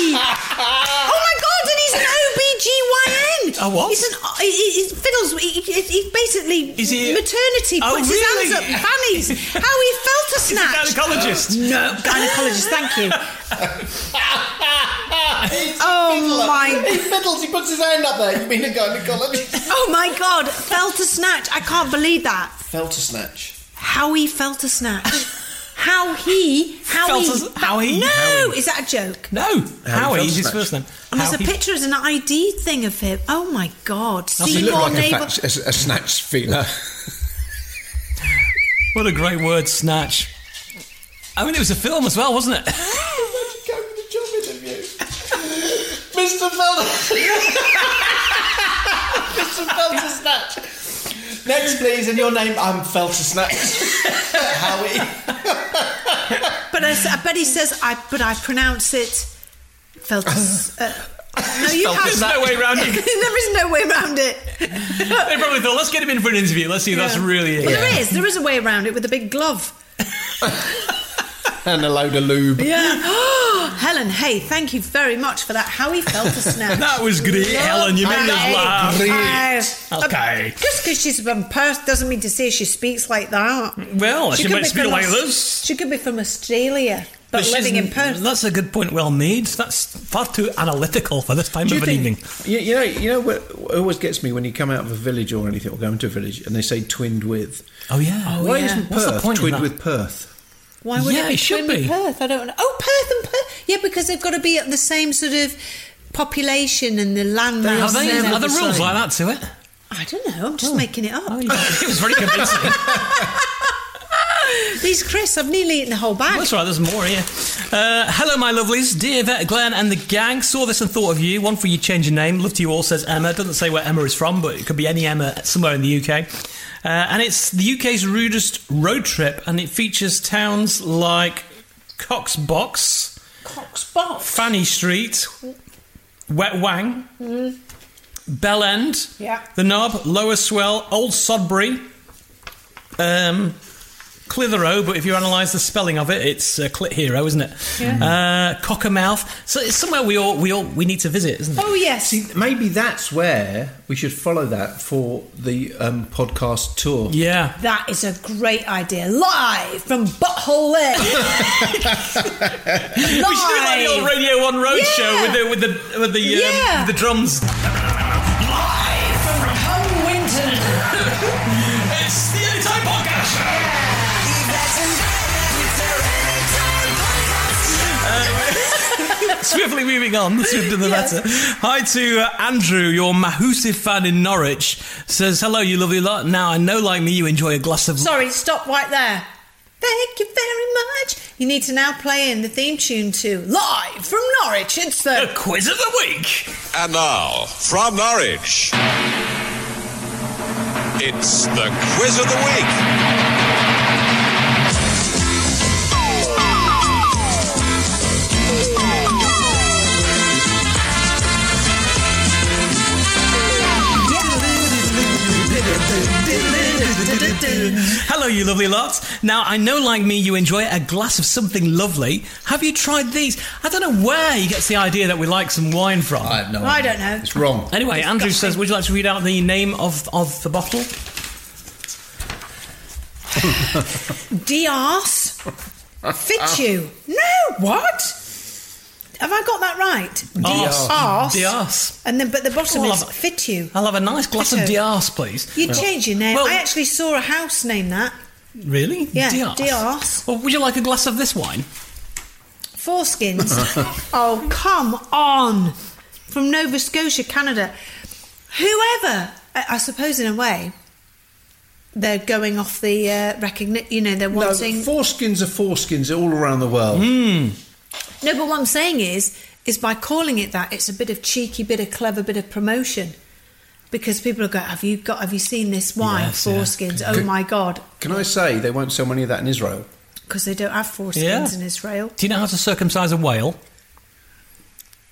Oh my god, and he's an OBGYN! A what? He's an. He, he, he fiddles. He, he, he basically. Is he- Maternity Oh, puts really? his hands up, fannies. Howie He's a Feltersnap! gynecologist. No, gynecologist, thank you. oh my He fiddles. He puts his hand up there. You mean a gynecologist? Oh my god, fell to snatch. I can't believe that. Felt a snatch. How he fell to snatch. How he how Fell he to- how he- No, how is that a joke? No, Howie is his Feltmatch. first name. And there's Howie- a picture as an ID thing of him. Oh my god. He looked Seymour like a, neighbor. fat, a, a snatch feeler. What a great word, snatch. I mean, it was a film as well, wasn't it? Go to the job interview. Mr. Felder. Mr. Feltersnatch. Next, please, in your name, I'm Feltersnatch. Howie. But I, s- I bet he says, I, but I pronounce it Feltus. Uh, no, you have. There's no way around there it. is no way around it. They probably thought, let's get him in for an interview. Let's see if that's Yeah. really it. Well, there is. There is a way around it with a big glove. And a load of lube. Yeah. Helen, hey, thank you very much for that. Howie Feltersnatch. That was great, Helen. You made us Okay. laugh. Uh, Okay. Just because she's from Perth doesn't mean to say she speaks like that. Well, she could might be speak from like Aus- this. She could be from Australia, but, she's- living in Perth. That's a good point, well made. That's far too analytical for this time Do of an you evening. think? You, you know, you know what what always gets me when you come out of a village or anything, or go into a village, and they say twinned with. Oh, yeah. Why yeah. isn't What's the Perth point in twinned that? with Perth? Why would Yeah, it be it should Twin with be. Perth? I don't know. Oh, Perth and Perth. Yeah, because they've got to be at the same sort of population and the land Are mass. there and- are there rules like that to it? I don't know. I'm just making it up. it was very convincing. These crisps, I've nearly eaten the whole bag. That's right, there's more here. Uh, hello, my lovelies. Dear Vet, Glenn, and the gang. Saw this and thought of you. One for you, change your name. Love to you all, says Emma. Doesn't say where Emma is from, but it could be any Emma somewhere in the UK. Uh, and it's the UK's rudest road trip, and it features towns like Cox Box, Cox box. Fanny Street, Wet Wang, Bell End, Mm-hmm. Yeah. The Knob, Lower Swell, Old Sodbury, um, Clitheroe, but if you analyse the spelling of it, it's uh, Clit Hero, isn't it? Uh, Cockermouth. So it's somewhere we all we all we need to visit, isn't it? Oh yes. See, maybe that's where we should follow that for the um, podcast tour. Yeah. That is a great idea. Live from Butthole Lane. We should do like the old Radio One Road show with the with the with the um, Yeah. the drums. Live from Cumwinton. It's the Anytime Podcast. Swiftly moving on, the swifter the better. Hi to uh, Andrew, your Mahusive fan in Norwich. Says, hello, you lovely lot. Now, I know like me you enjoy a glass of... Sorry, stop right there. Thank you very much. You need to now play in the theme tune to Live from Norwich. It's uh, A the quiz of the week. And now, from Norwich, it's the quiz of the week. Hello, you lovely lot. Now, I know like me you enjoy a glass of something lovely. Have you tried these? I don't know where he gets the idea that we like some wine from. I have no I idea. don't know. It's wrong. Anyway, Andrew says, would you like to read out the name of, of the bottle? Dias Ah. Fit you. No, what? Have I got that right? Arse. Arse. Ah. Dias. And then, but the bottom Well, is I've- fit you. I'll have a nice glass of Ditto. Dias, please. You change your name. Well- I actually saw a house name that. Really? Yeah, Dias. Dias. Well, would you like a glass of this wine? Foreskins. oh, come on. From Nova Scotia, Canada. Whoever, I, I suppose, in a way, they're going off the uh, recognition, you know, they're No, wanting. foreskins are foreskins all around the world. Hmm. No, but what I'm saying is, is by calling it that, it's a bit of cheeky, bit of clever, bit of promotion, because people are going, "Have you got? Have you seen this wine? Yes, yeah. foreskins? Oh my god!" Can I say they won't sell many of that in Israel? Because they don't have foreskins Yeah. in Israel. Do you know how to circumcise a whale?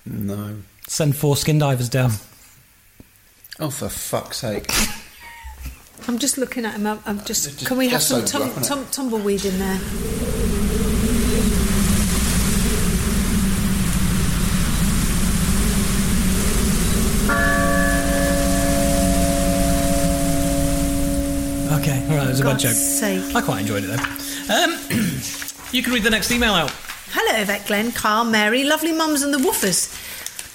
No. Send four skin divers down. Oh, for fuck's sake. I'm just looking at him. I'm, I'm just. Just- Can we have just some over tum- up, innit? tum- tumbleweed in there? Okay, all right, that was a bad God's joke. sake. I quite enjoyed it though. Um, you can read the next email out. Hello, Yvette, Glenn, Carl, Mary, lovely mums and the woofers.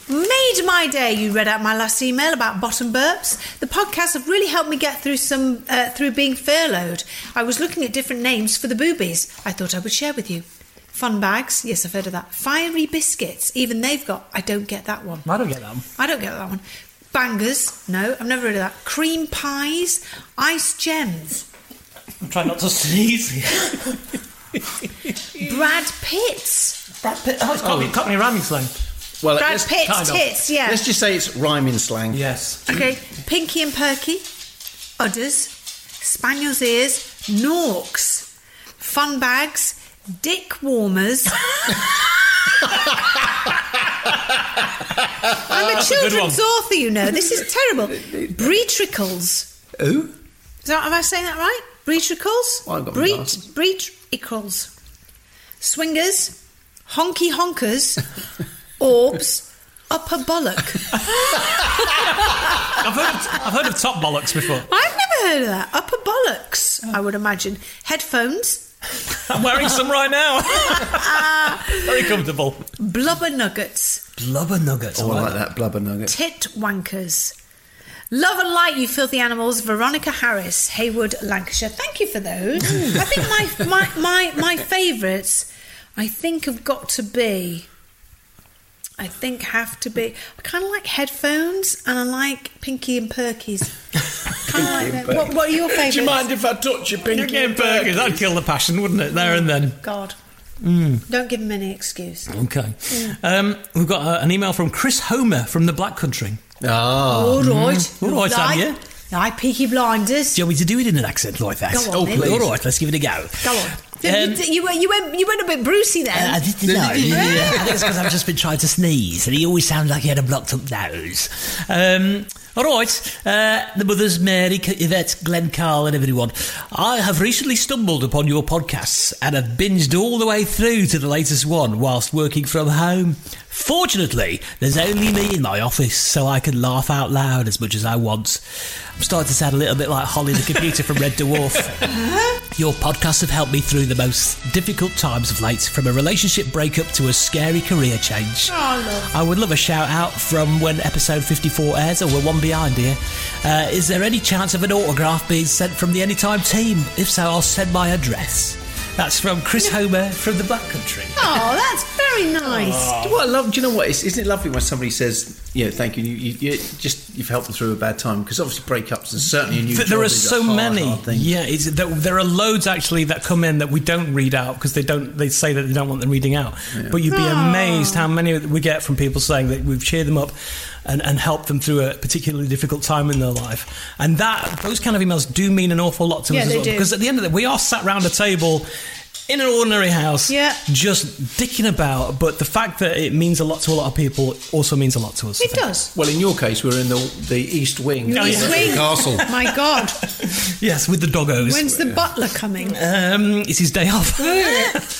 Made my day. You read out my last email about bottom burps. The podcast have really helped me get through some uh, through being furloughed. I was looking at different names for the boobies. I thought I would share with you. Fun bags. Yes, I've heard of that. Fiery biscuits. Even they've got. I don't get that one. I don't get that. one. I don't get that one. Bangers. No, I've never heard of that. Cream pies. Ice gems. I'm trying not to sneeze. Brad Pitt's. Brad Pitt. Oh, it's Cockney, Cockney rhyming slang. Well, Brad let's- Pitt's kind of. tits, yeah. Let's just say it's rhyming slang. Yes. Okay, Pinky and Perky, Udders, Spaniel's Ears, Norks, Fun Bags, Dick Warmers. I'm a That's a good children's one. author, you know. This is terrible. Breetricles. Ooh. Is that, am I saying that right? Breetricles? Well, I've got my glasses. Breet, breetricles. Swingers, Honky Honkers, Orbs, Upper Bollock. I've heard, of, I've heard of top bollocks before. I've never heard of that. Upper bollocks, I would imagine. Headphones, I'm wearing some right now. Very comfortable. blubber nuggets, Blubber nuggets. Oh, I like that blubber nugget. tit wankers. Love and light, you filthy animals. Veronica Harris, Haywood, Lancashire. Thank you for those. Mm. I think my my my, my favourites, I think have got to be. I think have to be. I kind of like headphones, and I like Pinky and Perkies. Kind of and like them. What, Perkies. what are your favourites? Do you mind if I touch your pinky and perky? That'd kill the passion, wouldn't it? There and then. God, Mm, don't give him any excuse. Okay. Um, we've got uh, an email from Chris Homer from the Black Country. Mm. Ah. All right. All right, Like- Tanya. Like Peaky Blinders. Do you want me to do it in an accent like that? Go on, Oh, then. please. All right, let's give it a go. Go on. Um, you, you, went- you, went, you went a bit brucey then. I didn't know. I think it's because I've just been trying to sneeze, and he always sounded like he had a blocked up nose. Um, all right, uh, the mothers Mary, C- Yvette, Glenn, Carl, and everyone. I have recently stumbled upon your podcasts and have binged all the way through to the latest one whilst working from home. Fortunately, there's only me in my office, so I can laugh out loud as much as I want. I'm starting to sound a little bit like Holly the computer from Red Dwarf. Your podcasts have helped me through the most difficult times of late, from a relationship breakup to a scary career change. I would love a shout out from when episode 54 airs, or we're one behind here. Uh, is there any chance of an autograph being sent from the Anytime team? If so, I'll send my address. That's from Chris Homer from the Black Country. Oh, that's very nice. Oh. Ah, What I love, do you know what? It's, isn't it lovely when somebody says, "You know, thank you. You, you, you just you've helped them through a bad time." Because obviously breakups and certainly a new Th- job there are is a so hard, many. hard thing. yeah, it's, there, there are loads actually that come in that we don't read out because they don't. They say that they don't want them reading out. But you'd be Oh. amazed how many we get from people saying that we've cheered them up and, and helped them through a particularly difficult time in their life. And that those kind of emails do mean an awful lot to Yeah, us as they well do. because at the end of the we are sat round a table. In an ordinary house, Yeah. just dicking about, but the fact that it means a lot to a lot of people also means a lot to us. I It think. does. Well, in your case, we're in the the east wing. Oh, of yeah. the Swing. castle. My God. Yes, with the doggos. When's the butler coming? Um, it's his day off.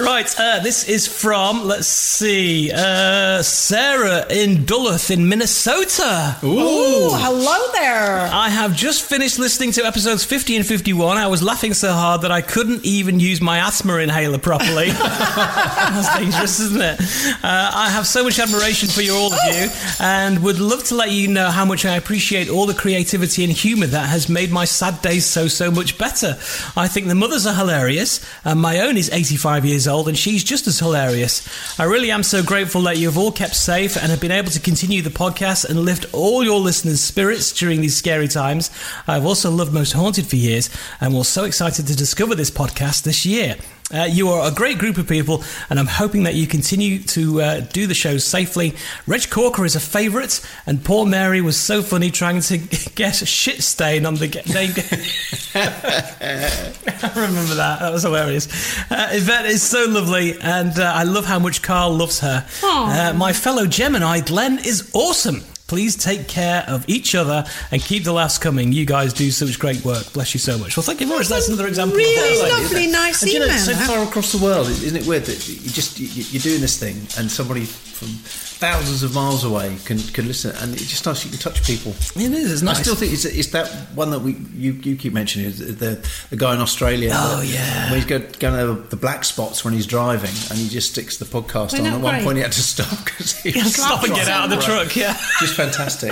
right, uh, this is from, let's see, uh, Sarah in Duluth in Minnesota. Oh, hello there. I have just finished listening to episodes 50 and 51. I was laughing so hard that I couldn't even use my asthma inhaler properly. That's dangerous, isn't it? Uh, I have so much admiration for you, all of you, and would love to let you know how much I appreciate all the creativity and humour that has made my sad days so, so much better. I think the mothers are hilarious, and my own is 85 years old, and she's just as hilarious. I really am so grateful that you have all kept safe and have been able to continue the podcast and lift all your listeners' spirits during these scary times. I've also loved Most Haunted for years and was so excited to discover this podcast this year. Uh, you are a great group of people, and I'm hoping that you continue to uh, do the shows safely. Reg Corker is a favourite, and poor Mary was so funny trying to get a shit stain on the ge- name. I remember that. That was hilarious. Uh, Yvette is so lovely, and uh, I love how much Carl loves her. Uh, my fellow Gemini, Glenn, is awesome. Please take care of each other and keep the laughs coming. You guys do such great work. Bless you so much. Well, thank you very much. That's another example. of really what I like. lovely, nice And do you know, email. it's so that. far across the world, isn't it weird that you just you, you're doing this thing, and somebody from thousands of miles away can can listen, and it's just nice you can touch people. It is. It's nice. I still think it's, it's that one that we you, you keep mentioning is the the guy in Australia. Oh, that- yeah. when he's go, going over the black spots when he's driving, and he just sticks the podcast on. Isn't that At one great? point, he had to stop because he Yeah, was stop and get out of the driving. truck. Yeah. Just fantastic.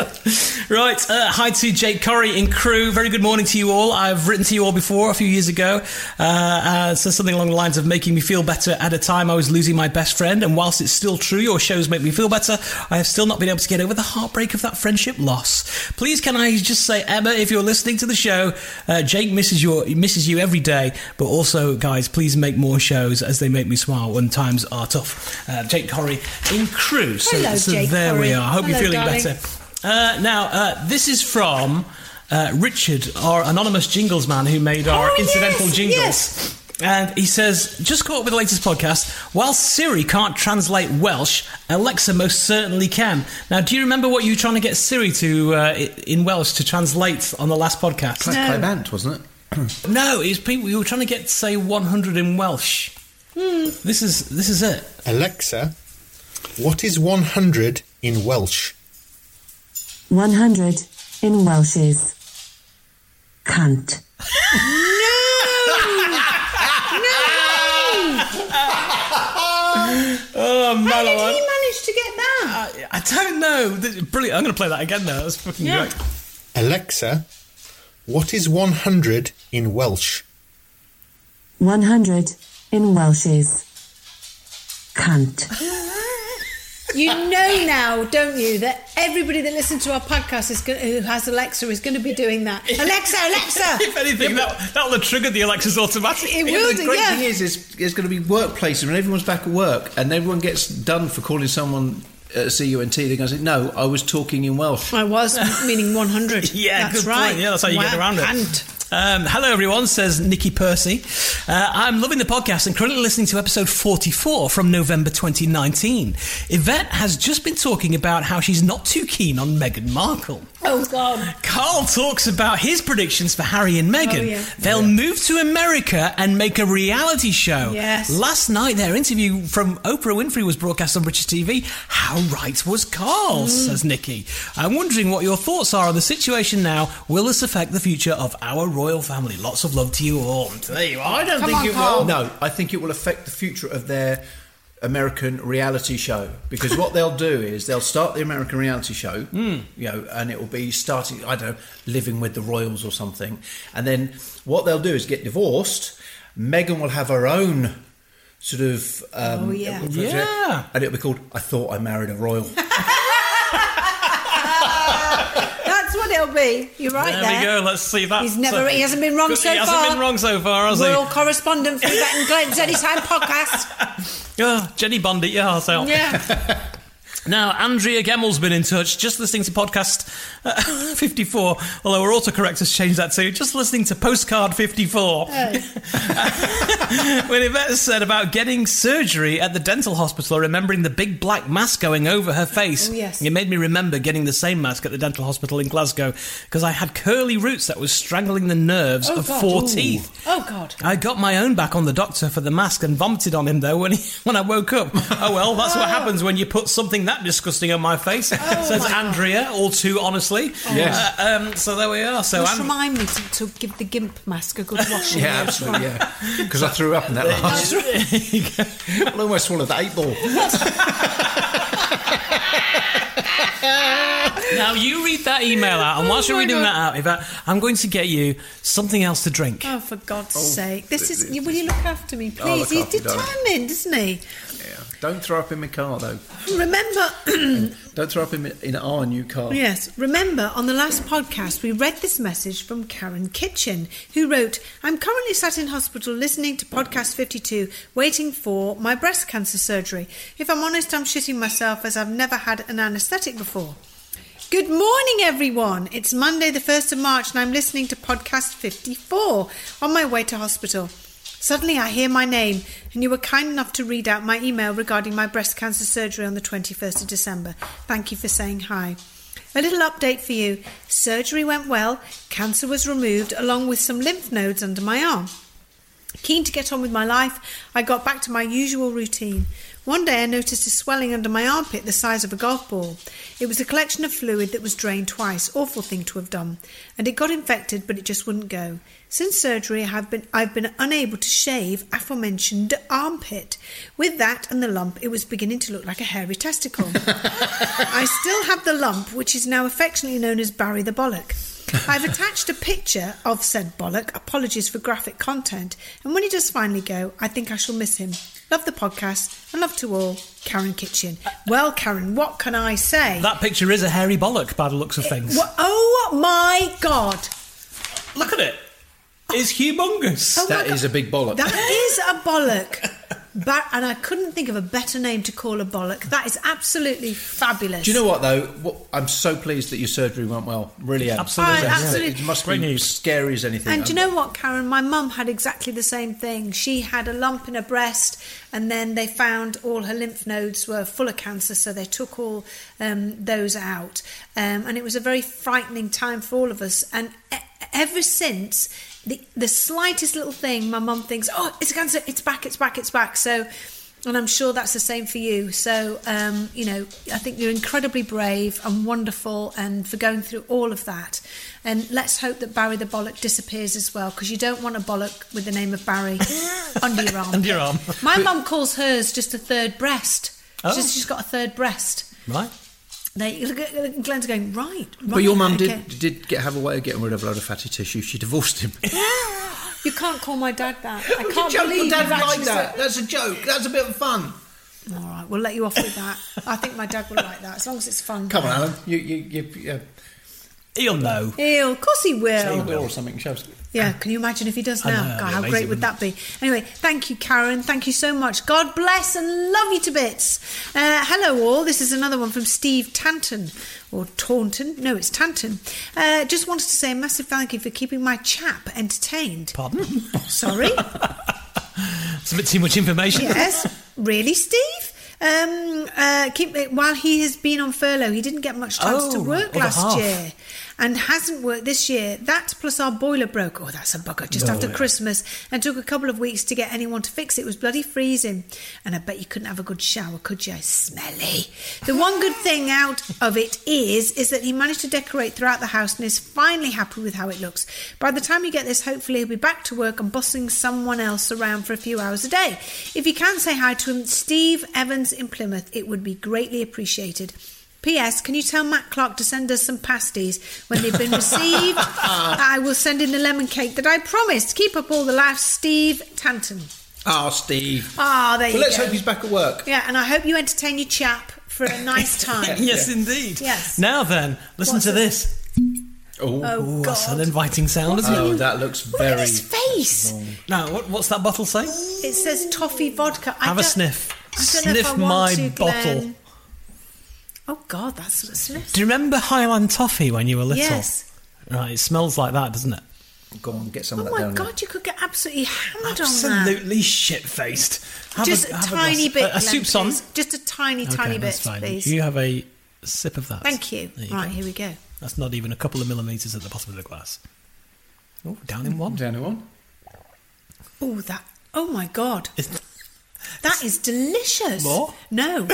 Right, uh, hi to Jake Curry in crew. Very good morning to you all. I've written to you all before a few years ago. Uh, uh, so something along the lines of making me feel better at a time I was losing my best friend. And whilst it's still true your shows make me feel better, I have still not been able to get over the heartbreak of that friendship loss. Please, can I just say, Emma, if you're listening to the show, uh, Jake misses your misses you every day. But also, guys, please make more shows as they make me smile when times are tough. Uh, Jake Curry in crew. So, Hello, so Jake there we Curry. are. I hope you're Hello, feeling darling. better. Uh, now, uh, this is from uh, Richard, our anonymous jingles man who made our Oh, incidental yes, jingles. yes. And he says, just caught up with the latest podcast. While Siri can't translate Welsh, Alexa most certainly can. Now, do you remember what you were trying to get Siri to uh, i- in Welsh to translate on the last podcast? Clack Clack Band, wasn't it? No, it was people. You were trying to get say 100 in Welsh. Hmm. This is this is it. Alexa, what is 100 in Welsh? 100 in Welsh is cunt. Oh, How did he Malawan. manage to get that? I, I don't know. This- Brilliant. I'm going to play that again now. That's fucking Yeah. great. Alexa, what is 100 in Welsh? 100 in Welsh is cunt. You know now, don't you, that everybody that listens to our podcast is going who has Alexa is going to be doing that. Alexa, Alexa. if anything, that, that'll have triggered the Alexa's automatic. It Yeah, will but the do, great yeah. thing is, is it's going to be workplaces when everyone's back at work and everyone gets done for calling someone uh, CUNT. They're going to say, "No, I was talking in Welsh." I was meaning 100. Yeah, that's good right. point. Yeah, that's how you get Wow, around it. cunt. Um, hello, everyone, says Nikki Percy. Uh, I'm loving the podcast and currently listening to episode 44 from November 2019. Yvette has just been talking about how she's not too keen on Meghan Markle. Oh God. Carl talks about his predictions for Harry and Meghan. Oh, yeah. They'll move to America and make a reality show. Yes. Last night, their interview from Oprah Winfrey was broadcast on British TV. How right was Mm. Carl, says Nikki. I'm wondering what your thoughts are on the situation now. Will this affect the future of our royal family? Lots of love to you all. There you are. I don't I think think you it will. No, I think it will affect the future of their American reality show because what they'll do is they'll start the American reality show, Hmm. you know, and it will be starting. I don't know, living with the royals or something, and then what they'll do is get divorced. Meghan will have her own sort of um, Oh, yeah. Yeah. and it'll be called "I Thought I Married a Royal." That's what it'll be. You're right There, there. we go. Let's see that. He's never- he hasn't been wrong Good- so He hasn't far. been wrong so far, has Royal correspondent for Vet and Glenn's Anytime podcast. he? Oh, Jenny Bond, eat your heart out. Yeah. Now, Andrea Gemmel's been in touch, just listening to podcast uh, 54, although her autocorrect has changed that too, just listening to postcard 54. when Yvette said about getting surgery at the dental hospital, remembering the big black mask going over her face, Oh, yes. it made me remember getting the same mask at the dental hospital in Glasgow because I had curly roots that was strangling the nerves Oh, of God. four Ooh. teeth. Oh God. I got my own back on the doctor for the mask and vomited on him though when he, when I woke up. Oh well, that's what happens when you put something that disgusting on my face. Oh, says Andrea, all too honestly. Yes. Uh, um, so there we are. So Just An- remind me to, to give the gimp mask a good wash. yeah, absolutely. Yeah, because I threw up in that last. I almost swallowed that eight ball. now you read that email out, and whilst Oh, you're my reading God. that out, Yvette, I'm going to get you something else to drink. Oh, for God's sake! This is. you- Will you look after me, I'll look please? He's after you, darling. determined, isn't he? Don't throw up in my car though. Remember, Don't throw up in, in our new car. Yes, remember on the last podcast we read this message from Karen Kitchen, who wrote, I'm currently sat in hospital listening to podcast 52, waiting for my breast cancer surgery. If I'm honest, I'm shitting myself as I've never had an anaesthetic before. Good morning, everyone. It's Monday, the 1st of March, and I'm listening to podcast 54 on my way to hospital. Suddenly, I hear my name, and you were kind enough to read out my email regarding my breast cancer surgery on the 21st of December. Thank you for saying hi. A little update for you surgery went well, cancer was removed, along with some lymph nodes under my arm. Keen to get on with my life, I got back to my usual routine. One day I noticed a swelling under my armpit the size of a golf ball. It was a collection of fluid that was drained twice, awful thing to have done, and it got infected but it just wouldn't go. Since surgery I've been I've been unable to shave aforementioned armpit. With that and the lump, it was beginning to look like a hairy testicle. I still have the lump, which is now affectionately known as Barry the Bollock. I've attached a picture of said Bollock. Apologies for graphic content. And when he does finally go, I think I shall miss him. Love the podcast and love to all. Karen Kitchen. Well, Karen, what can I say? That picture is a hairy bollock by the looks of things. Wha- oh my God. Look at it. It's humongous. Oh my That is a big bollock. That is a bollock. Ba- and I couldn't think of a better name to call a bollock. That is absolutely fabulous. Do you know what though? What, I'm so pleased that your surgery went well. Really am. Absolutely. Oh, It's- absolutely. It must be scary as anything. And do you know what, Karen? My mum had exactly the same thing. She had a lump in her breast, and then they found all her lymph nodes were full of cancer, so they took all um, those out. Um, and it was a very frightening time for all of us. And e- ever since, the the slightest little thing, my mum thinks, "Oh, it's a cancer! It's back! It's back! It's back!" So. And I'm sure that's the same for you. So, um, you know, I think you're incredibly brave and wonderful and for going through all of that. And let's hope that Barry the Bollock disappears as well, because you don't want a bollock with the name of Barry under your arm. Under your arm. My mum calls hers just a third breast. Oh. She's, she's got a third breast. Right. They, look at- Glenn's going, right. right But your mum okay." did did get have a way of getting rid of a load of fatty tissue. She divorced him. You can't call my dad that. I You're can't joking, believe Dad you've would actually like that. said- That's a joke. That's a bit of fun. All right, we'll let you off with that. I think my dad would like that, as long as it's fun. Come on, Alan. You you you. you He'll know. Ew, of course he will. Will or something shows. Yeah, can you imagine if he does I know, now? that'd God, be how amazing, great would that be? Anyway, thank you, Karen. Thank you so much. God bless and love you to bits. Uh, hello, all. This is another one from Steve Tanton or Taunton. No, it's Tanton. Uh, just wanted to say a massive thank you for keeping my chap entertained. Pardon? Sorry. It's a bit too much information. yes, really, Steve. Um, uh, keep while he has been on furlough, he didn't get much chance to Oh, work other last half. year, and hasn't worked this year. That plus our boiler broke. Oh, that's a bugger! Just Oh, after yeah. Christmas, and took a couple of weeks to get anyone to fix it. It was bloody freezing, and I bet you couldn't have a good shower, could you? Smelly. The one good thing out of it is, is that he managed to decorate throughout the house and is finally happy with how it looks. By the time you get this, hopefully he'll be back to work and bossing someone else around for a few hours a day. If you can say hi to him, Steve Evans in Plymouth, it would be greatly appreciated. P.S. Can you tell Matt Clark to send us some pasties when they've been received? I will send in the lemon cake that I promised. Keep up all the laughs, Steve Tanton. Ah, Steve. Ah, there well, you let's go. hope he's back at work. Yeah, and I hope you entertain your chap for a nice time. yes, indeed. Yes. Now then, listen to this. Oh, Oh, Ooh, that's an inviting sound, isn't Oh, it? that looks very. His face. Now, what, what's that bottle say? It says toffee vodka. I Have a don't- sniff. I don't know if I Sniff want my to, bottle. Glenn. Oh God, that's a sniff. Do you remember Highland Toffee when you were little? Yes. Right, it smells like that, doesn't it? Go on, get some Oh my God, you could get absolutely hammered on that. Absolutely shit faced. Just a, tiny bit. A, Glenn, soup's on. please. Just a tiny, Okay, tiny bit, that's fine. please. You have a sip of that. Thank you. There you right, go. here we go. That's not even a couple of millimetres at the bottom of the glass. Oh, down in one. Down in one. Oh, that. Oh my God. that is delicious. More? No.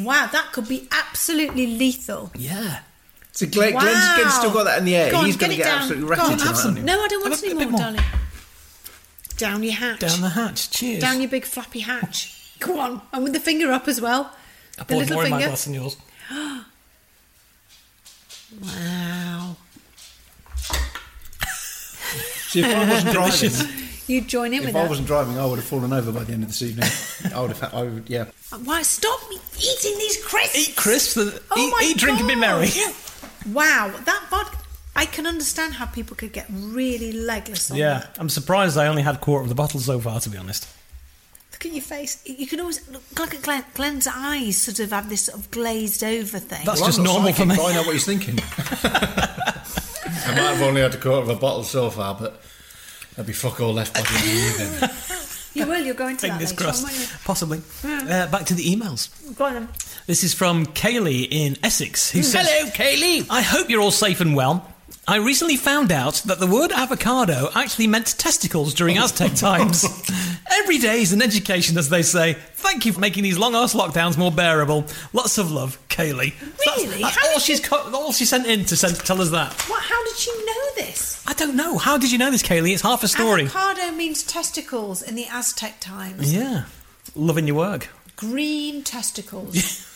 wow, that could be absolutely lethal. Yeah. So Glenn, Glenn's, Glenn's still got that in the air. Go on, he's going to it get down. absolutely Go rattled on, have tonight. some. aren't you? No, I don't want any more, darling. Down your hatch. Down the hatch. Cheers. Down your big flappy hatch. Go on. And with the finger up as well. I the poured little more in my finger. glass than yours. wow. See, if I wasn't driving, you join in if with I that. wasn't driving, I would have fallen over by the end of this evening. I would have. Had, I would, yeah. Why stop me eating these crisps? Eat crisps. and Oh eat, my eat, drink, and be merry. Wow, that vodka. I can understand how people could get really legless on Yeah, that. I'm surprised I only had a quarter of the bottle so far, to be honest. Look at your face. You can always look, look at Glenn, Glenn's eyes. Sort of have this sort of glazed over thing. That's Well, I'm just not normal for psychic, me. but I know what he's thinking. I might have only had a quarter of a bottle so far, but there'll be fuck all left by the end of the evening. You will. You're going to Fingers that later, on, crossed. won't Possibly. Yeah. Uh, back to the emails. you? Go on. then. This is from Kaylee in Essex. Who Mm. says, Hello, Kaylee. I hope you're all safe and well. I recently found out that the word avocado actually meant testicles during Aztec times. Every day is an education, as they say. Thank you for making these long ass lockdowns more bearable. Lots of love, Kaylee. Really? That's, How all she's co- all she sent in to send, tell us that. What? How did you know this? I don't know. How did you know this, Kaylee? It's half a story. Avocado means testicles in the Aztec times. Yeah, loving your work. Green testicles.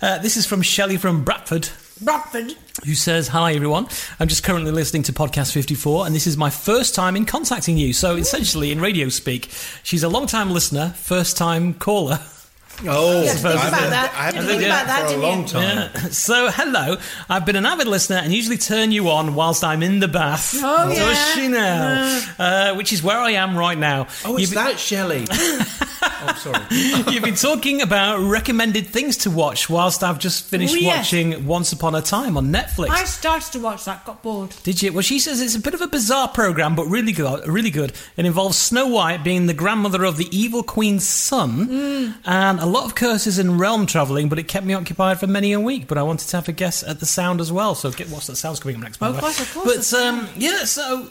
Uh, this is from Shelley from Bradford. Bradford. who says, Hi everyone, I'm just currently listening to Podcast 54 and this is my first time in contacting you. So essentially in radio speak, she's a long time listener, first time caller. Oh, Yeah, think about that. I haven't Didn't think heard that about that, for a didn't long you? time. Yeah. So hello, I've been an avid listener and usually turn you on whilst I'm in the bath. Oh, yeah. Does she now? Uh, which is where I am right now. Oh, it's You've- that Shelley. oh, sorry. You've been talking about recommended things to watch whilst I've just finished Oh, yes. watching Once Upon a Time on Netflix. I started to watch that, got bored. Did you? Well, she says it's a bit of a bizarre program, but really good. Really good. It involves Snow White being the grandmother of the evil queen's son, Hmm. and a lot of curses and realm traveling. But it kept me occupied for many a week. But I wanted to have a guess at the sound as well. So, get, what's that sound's coming up next? By Of the way. course, of course, that's But um, yeah, so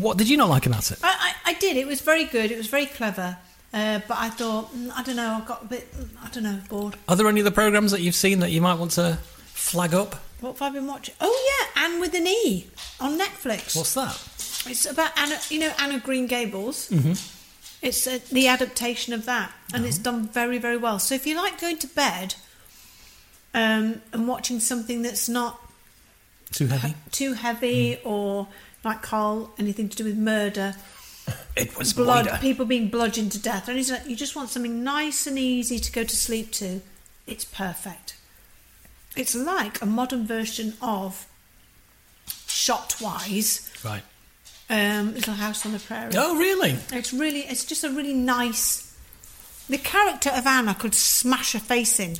what did you not like about it? I, I, I did. It was very good. It was very clever. Uh, but I thought, mm, I don't know, I got a bit, mm, I don't know, bored. Are there any other programs that you've seen that you might want to flag up? What have I been watching? Oh, yeah, Anne with an E on Netflix. What's that? It's about Anna, you know, Anna Green Gables. Mm-hmm. It's uh, the adaptation of that, and it's Uh-huh. done very, very well. So if you like going to bed um, and watching something that's not Too heavy. too heavy Hmm. or like Carl, anything to do with murder, It was blood, people being bludgeoned to death, or anything, like- you just want something nice and easy to go to sleep to, it's perfect. It's like a modern version of Shot Wise, Right. um, Little House on the Prairie. Oh, really? It's really, it's just a really nice. The character of Anna could smash a face in.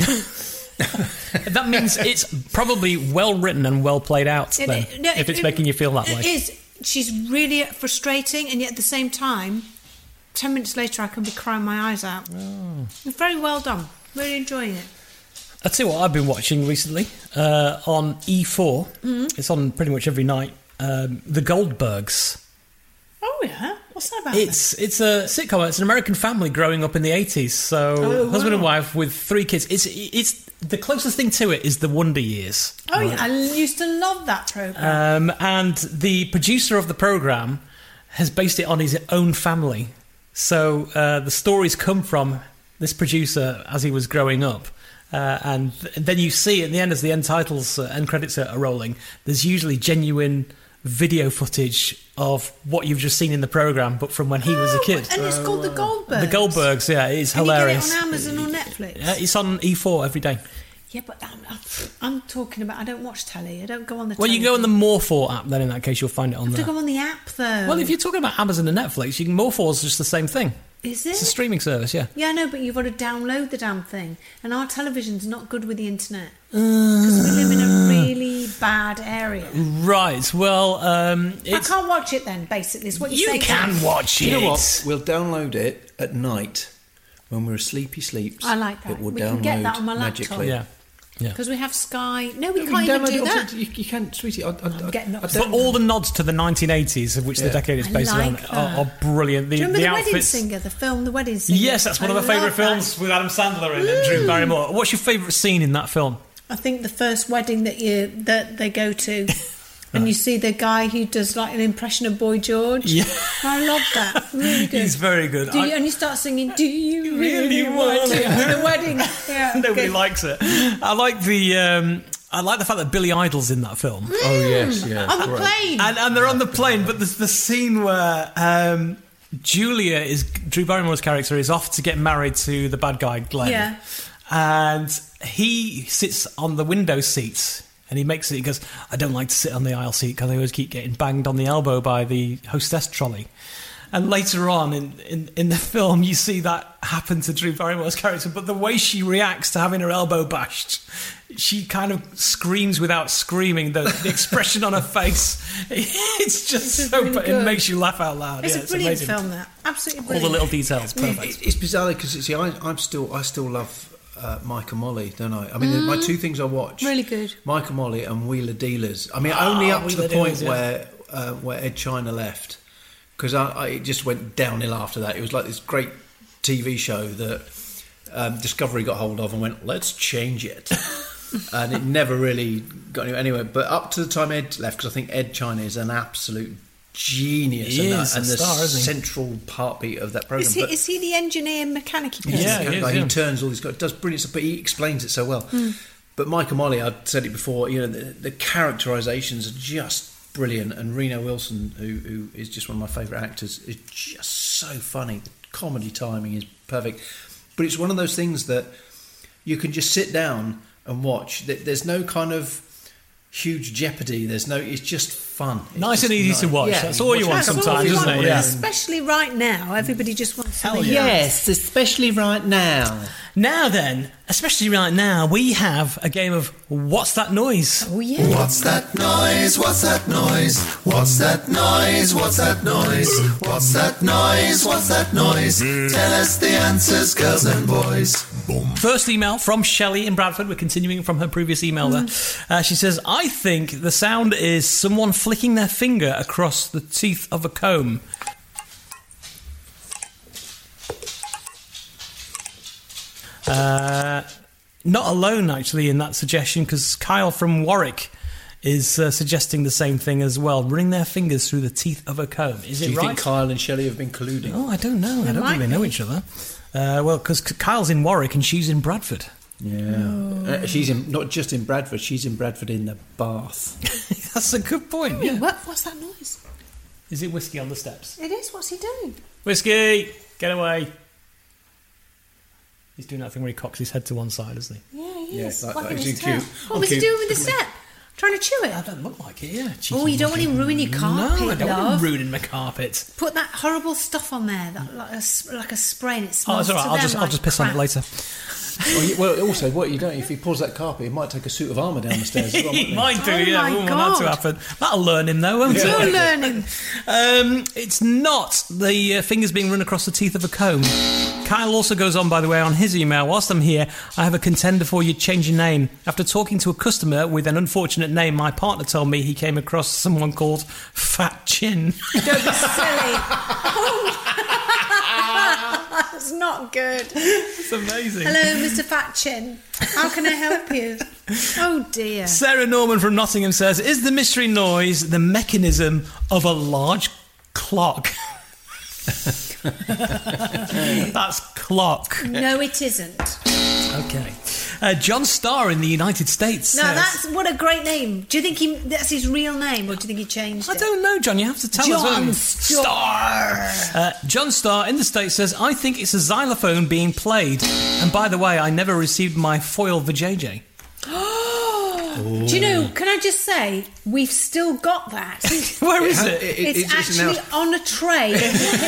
That means it's probably well written and well played out. It- Then, no, if it- it's it- making you feel that way, It is. She's really frustrating, and yet at the same time, ten minutes later, I can be crying my eyes out. Oh. Very well done. Really enjoying it. I'll tell you what I've been watching recently uh, on E4. It's on pretty much every night. Um, the Goldbergs. Oh yeah, what's that about? It's it's a sitcom. It's an American family growing up in the eighties. So Oh, husband and wow. wife with three kids. It's it's the closest thing to it is the Wonder Years. then? oh yeah, I used to love that program. Um, and the producer of the program has based it on his own family. So uh, the stories come from this producer as he was growing up. Uh, and th- then you see at the end, as the end titles uh, end credits are, are rolling, there's usually genuine video footage of what you've just seen in the program, but from when he was a Oh, kid. Uh, and it's called The Goldbergs. The Goldbergs, yeah, it's Can you get it hilarious. on Amazon or Netflix? Yeah, it's on E4 every day. Yeah, but I'm, I'm- I'm talking about. I don't watch telly. I don't go on the. Well, telly. you go on the More 4 app, then in that case, you'll find it on I have there. to go on the app though. Well, if you're talking about Amazon and Netflix, you can more for is just the same thing. is It's a it? streaming service, yeah. Yeah, I know, but you've got to download the damn thing. And our television's not good with the internet. Because we live in Uh. a really bad area. Right. Well, um, I it's can't watch it then, basically, is what you're you saying. can watch it. You know what? We'll download it at night when we're sleepy sleeps. I like that. It will We download can get that on my laptop. magically. Yeah. Because we have Sky. No, we You can't even download do it that. onto- You, you can't, sweetie. I, I, I, getting I up. don't But all the nods to the 1980s, of which the Yeah. decade is I based like on, are, are that. brilliant. The, do you remember The, Wedding outfits. Singer, the film The Wedding Singer? Yes, that's one I of my favourite love that. films with Adam Sandler in and Drew Barrymore. What's your favourite scene in that film? I think the first wedding that you that they go to, and you see the guy who does like an impression of Boy George. Yeah. I love that. Really good. He's very good. Do I- you, and you start singing, Do you really really, want want to? it?" The wedding. Yeah, Nobody good. likes it. I like the um, I like the fact that Billy Idol's in that film. Oh yes, yeah. Mm. On the great. plane. and, and they're on the plane. But there's the scene where um, Julia is Drew Barrymore's character is off to get married to the bad guy Glenn. Yeah. And he sits on the window seat and he makes it. He goes, "I don't like to sit on the aisle seat because I always keep getting banged on the elbow by the hostess trolley." And later on in, in, in the film, you see that happen to Drew Barrymore's character, but the way she reacts to having her elbow bashed, she kind of screams without screaming. The, the expression on her face, it's just This is so, really but good. it makes you laugh out loud. It's yeah, a brilliant amazing. film, that. Absolutely All brilliant. the little details, It- perfect. it's bizarre because see, I, I'm still, I still love uh, Mike and Molly, don't I? I mean, the- my Mm. two things I watch Really good. Mike and Molly and Wheeler Dealers. I mean, Ah, Oh, only up to Wheeler the point Dealers, yeah. where uh, where Ed China left because I, I it just went downhill after that. It was like this great TV show that um, Discovery got hold of and went, let's change it. and it never really got anywhere. Anyway, but up to the time Ed left, because I think Ed China is an absolute genius He and, is a and the star, isn't he? central heartbeat of that program. Is he, is he the engineer and mechanic person? he, like, he turns all these guys, does brilliant stuff, but he explains it so well. Mm. But Mike and Molly, I've said it before, you know, the, the characterizations are just brilliant. And Reno Wilson, who, who is just one of my favourite actors, is just so funny. The comedy timing is perfect. But it's one of those things that you can just sit down and watch. There- There's no kind of huge jeopardy. There's no, it's just fun. It's Nice and just easy to watch. That's all you want That's all sometimes, you isn't want. it? Yeah. Especially right now, everybody just wants Hell something yeah. else. Yes, especially right now. Now then, especially right now, we have a game of What's That Noise? Oh, yeah. What's that noise? What's that noise? What's that noise? What's that noise? What's that noise? What's that noise? Tell us the answers, girls and boys. First email from Shelley in Bradford. We're continuing from her previous email there. Uh, she says, I think the sound is someone flicking their finger across the teeth of a comb. Uh, not alone, actually, in that suggestion, because Kyle from Warwick is uh, suggesting the same thing as well running their fingers through the teeth of a comb. Is Do it you right? think Kyle and Shelley have been colluding? Oh, I don't know. They I don't might think they know each other. Uh, well, because Kyle's in Warwick and she's in Bradford. Yeah. Uh, she's in not just in Bradford. She's in Bradford in the Bath. That's a good point. Yeah. What, what's that noise? Is it whiskey on the steps? It is. What's he doing? Whiskey, get away! He's doing that thing where he cocks his head to one side, isn't he? Yeah, he Yeah, is. that- that Wagging his is tail. cute. What Oh, was cute. he doing with the step? Trying to chew it? I don't look like it, yeah. Oh, you don't want him ruining your carpet, No, I don't want love. him ruining my carpet. Put that horrible stuff on there, that, like, a, s- like a spray, and it Oh, it's smells all right. to I'll them just I'll like just piss on it later. well, you- well, also, what you don't if he pulls that carpet, he might take a suit of armour down the stairs. as well, mightn't he? Mine do, Oh yeah. my we wouldn't want that to God. happen. That'll learn him, though, won't You'll it? learn him. Um, it's not the uh, fingers being run across the teeth of a comb. Kyle also goes on, by the way, on his email. Whilst I'm here, I have a contender for you. Change your name. After talking to a customer with an unfortunate name, my partner told me he came across someone called Fat Chin. Don't be silly. Oh. That's not good. It's amazing. Hello, Mr. Fatchin. How can I help you? Oh dear. Sarah Norman from Nottingham says, "Is the mystery noise the mechanism of a large clock?" That's clock. No, it isn't. Okay. Uh, John Starr in the United States. No, says- that's what a great name. Do you think he that's his real name, or do you think he changed I it? don't know, John. You have to tell us. John don't you? Starr. Uh, John Starr in the States says, I think it's a xylophone being played. And by the way, I never received my foil for JJ. Do you know? Can I just say we've still got that? Where is ha- it? it- it's, it's- it's in actually our- on a tray in the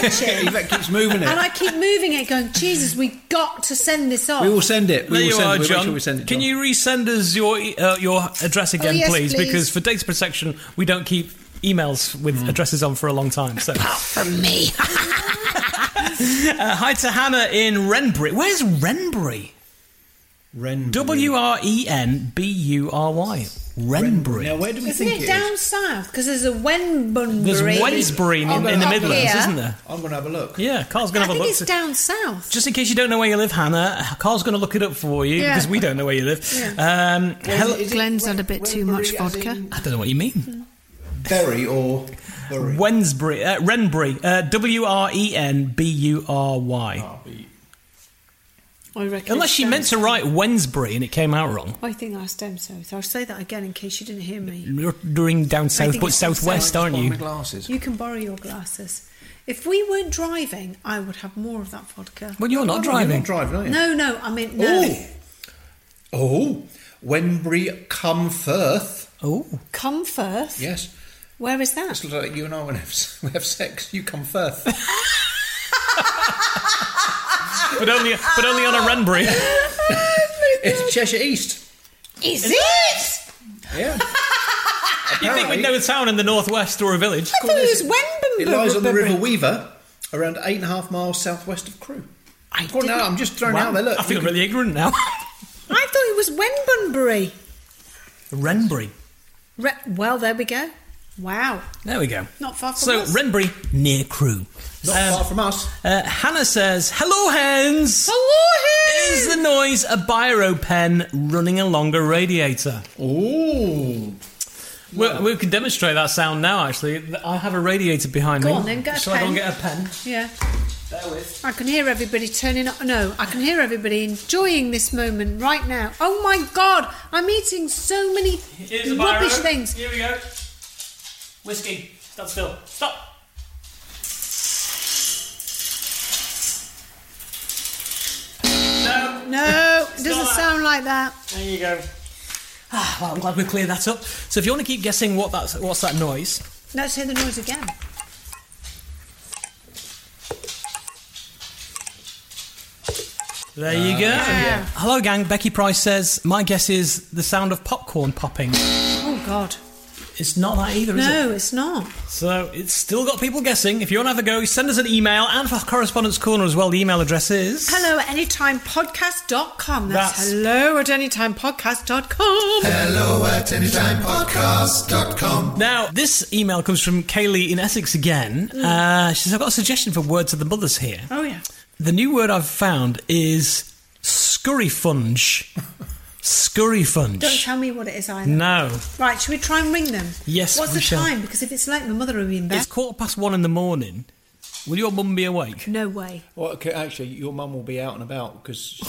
kitchen. that keeps moving it. And I keep moving it, going, Jesus, we got to send this off. we will send there it. We will you send are, it. We'll make John. sure we send it. Oh, Can you resend us your e- uh, your address again, yes, please. Because for data protection, we don't keep emails with Mm. addresses on for a long time. So. from me. Uh, hi to Hannah in Renbury. Where's Renbury? Renbury. W R E N B U R Y. Renbury. Now, where do we Isn't think it, down south? Because there's a Wenbunbury. There's Wensbury in, up- in the up Midlands, here. isn't there? I'm going to have a look. Yeah, Carl's going Oh, I to have think a look. it's down south. Just in case you don't know where you live, Hannah, Carl's going to look it up for you Yeah. because we don't know where you live. Um, hello- Glenn's had a bit too much vodka. I don't know what you mean. Berry or Wensbury, uh, Renbury, uh, W R E N B U R Y. I reckon. Unless she meant to write Wensbury and it came out wrong. I think that's down south. I'll say that again in case you didn't hear me. You're doing down I south, think but it's down southwest, south. aren't you? You can borrow your glasses. If we weren't driving, I would have more of that vodka. Oh. Well, you're not driving. You're not driving, are you? No, no, I mean, no. Oh. Oh, Wenbury come firth. Oh, Come first. yes. Where is that? It's like you and I when we have, we have sex. You come firth. but only, but only on a Renbury. it's Cheshire East. Is it? Yeah. you think we'd know a town in the northwest or a village? I thought it was Wenbunbury. It lies on the River Weaver, around eight and a half miles southwest of Crewe. I Go on now, didn't- I'm just throwing Wow. out there. Look, I feel really ignorant now. was Wenbunbury. Renbury. Re- well, there we go. Wow. There we go. Not far from So us. Renbury near Crewe. Not far from us. Uh, Hannah says, "Hello, hens. Hello, hens. Is the noise a biro pen running along a radiator? Ooh. Well, we can demonstrate that sound now. Actually, I have a radiator behind Go me. on then, get a Shall I go and get a pen? Yeah. I can hear everybody turning up. No, I can hear everybody enjoying this moment right now. Oh my God, I'm eating so many Here's a rubbish biro. things. Here we go. Whiskey. Stand still. Stop. No. No, it It's doesn't not that. sound like that. There you go. Ah, well, I'm glad we cleared that up. So, if you want to keep guessing what that's, what's that noise? Let's hear the noise again. There you go. Hello, gang. Becky Price says, My guess is the sound of popcorn popping. Oh God. It's not that either, is it? No, it's not. So it's still got people guessing. If you want to have a go, send us an email and for Correspondence Corner as well. The email address is. Hello at anytimepodcast.com. That's, That's- hello at anytimepodcast.com. Hello at anytimepodcast.com. Now, this email comes from Kaylee in Essex again. Uh, she says, I've got a suggestion for words of the mothers here. Oh, yeah. The new word I've found is scurry funge. scurry Don't funge. tell me what it is either. No. Right, should we try and ring them? Yes, What's we the shall. time? Because if it's late, my mother will be in bed. It's quarter past one in the morning. Will your mum be awake? No way. Well, okay, actually, your mum will be out and about because.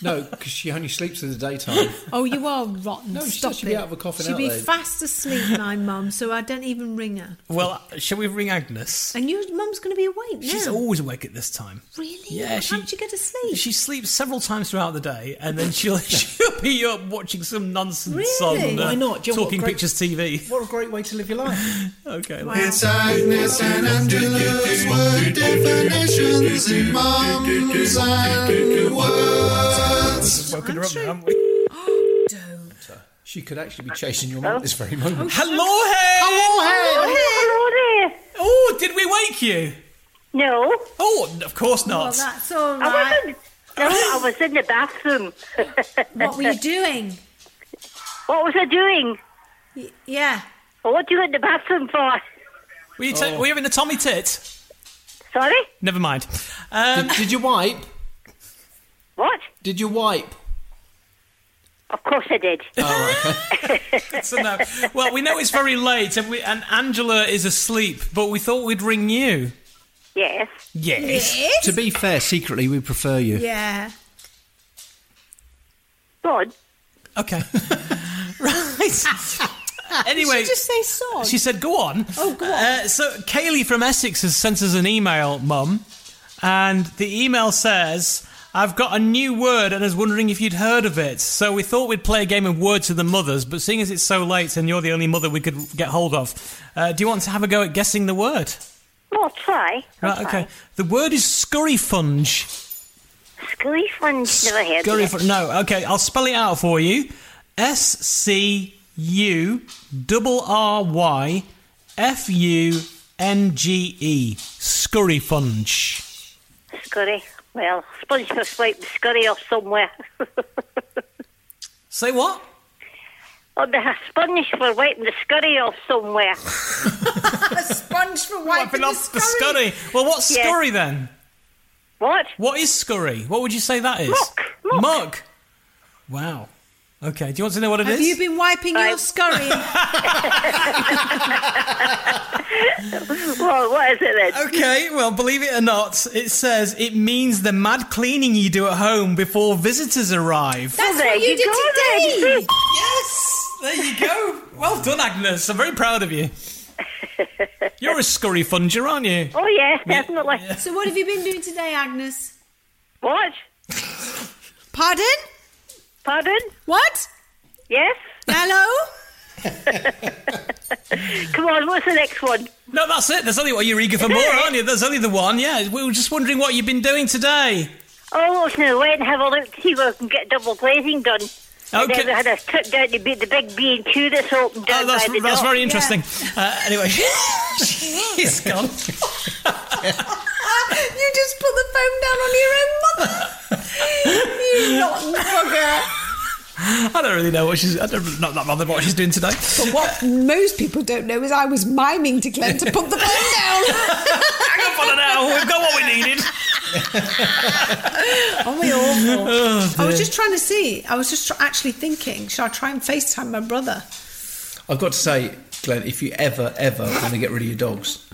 no, because she only sleeps in the daytime. Oh, you are rotten. No, she Stop said she'd it. be out of a coffin She'd be outlay. fast asleep, my mum, so I don't even ring her. Well, shall we ring Agnes? And your mum's going to be awake now. She's always awake at this time. Really? Yeah, How she- did you get to sleep? She sleeps several times throughout the day, and then she'll she'll be up watching some nonsense Really? on uh, Why not? Do you know what Talking great- Pictures TV. What a great way to live your life. okay. It's Agnes and Angela's word definitions in Mums and Words. Woken her up now, haven't we? She could actually be chasing your mum at this very moment. Hello, hey! Hello, Hello, hello there. Oh, did we wake you? No. Oh, of course Well, not. that's all I right. wasn't. No, I was in the bathroom. What were you doing? What was I doing? yeah. What you in the bathroom for? were, you ta- were you having a Tommy tit? Sorry? Never mind. Um, did, did you wipe? What? Did you wipe? Of course I did. Oh, so no. Well, we know it's very late, and, we, and Angela is asleep, but we thought we'd ring you. Yes. Yes. To be fair, secretly, we prefer you. Yeah. God. Okay. right. Anyway, Did she just say sod? She said, "Go on." Oh, go on. Uh, so Kaylee from Essex has sent us an email, Mum, and the email says, "I've got a new word, and I was wondering if you'd heard of it. So we thought we'd play a game of Word to the Mothers, but seeing as it's so late and you're the only mother we could get hold of, uh, do you want to have a go at guessing the word?" Well, try. I'll try. Right. Ah, Okay. The word is scurry funge. Scurry funge. Never heard Scurry of it. funge. No. Okay. I'll spell it out for you. S C U double R Y F U N G E. Scurry funge. Scurry. Well, sponge must wipe the scurry off somewhere. Say what? Oh, the sponge for wiping the scurry off somewhere. a sponge for wiping, off the scurry. Well, what's Yeah. scurry then? What? What is scurry? What would you say that is? Muck, Muck. Wow. Okay. Do you want to know what it is? Have you been wiping your scurry? well, what is it then? Okay, well, believe it or not, it says it means the mad cleaning you do at home before visitors arrive. That's there what you, you did go then. today. Yes! There you go. well done, Agnes. I'm very proud of you. You're a scurry funger, aren't you? Oh, yes, definitely. So what have you been doing today, Agnes? What? Pardon? Pardon? What? Yes? Hello? Come on, what's the next one? No, that's it. There's only what you're eager for more, aren't you? There's only the one, yeah. We were just wondering what you've been doing today. Oh, look now, wait and have a look, see if I can get double glazing done. And Okay. then we had a trip down to be, the big B&Q that's opened down Oh, that's, by the that's dock. very interesting. Uh, anyway, she's gone. you just put the phone down on your own mother. you rotten bugger. I don't really know what she's. I don't, not that bothered what she's doing today. But what most people don't know is I was miming to Glenn to put the phone down. Hang on for now. We've got what we needed. Aren't we awful? I was just trying to see. I was just tr- actually thinking, should I try and FaceTime my brother? I've got to say, Glenn, if you ever, ever want to get rid of your dogs,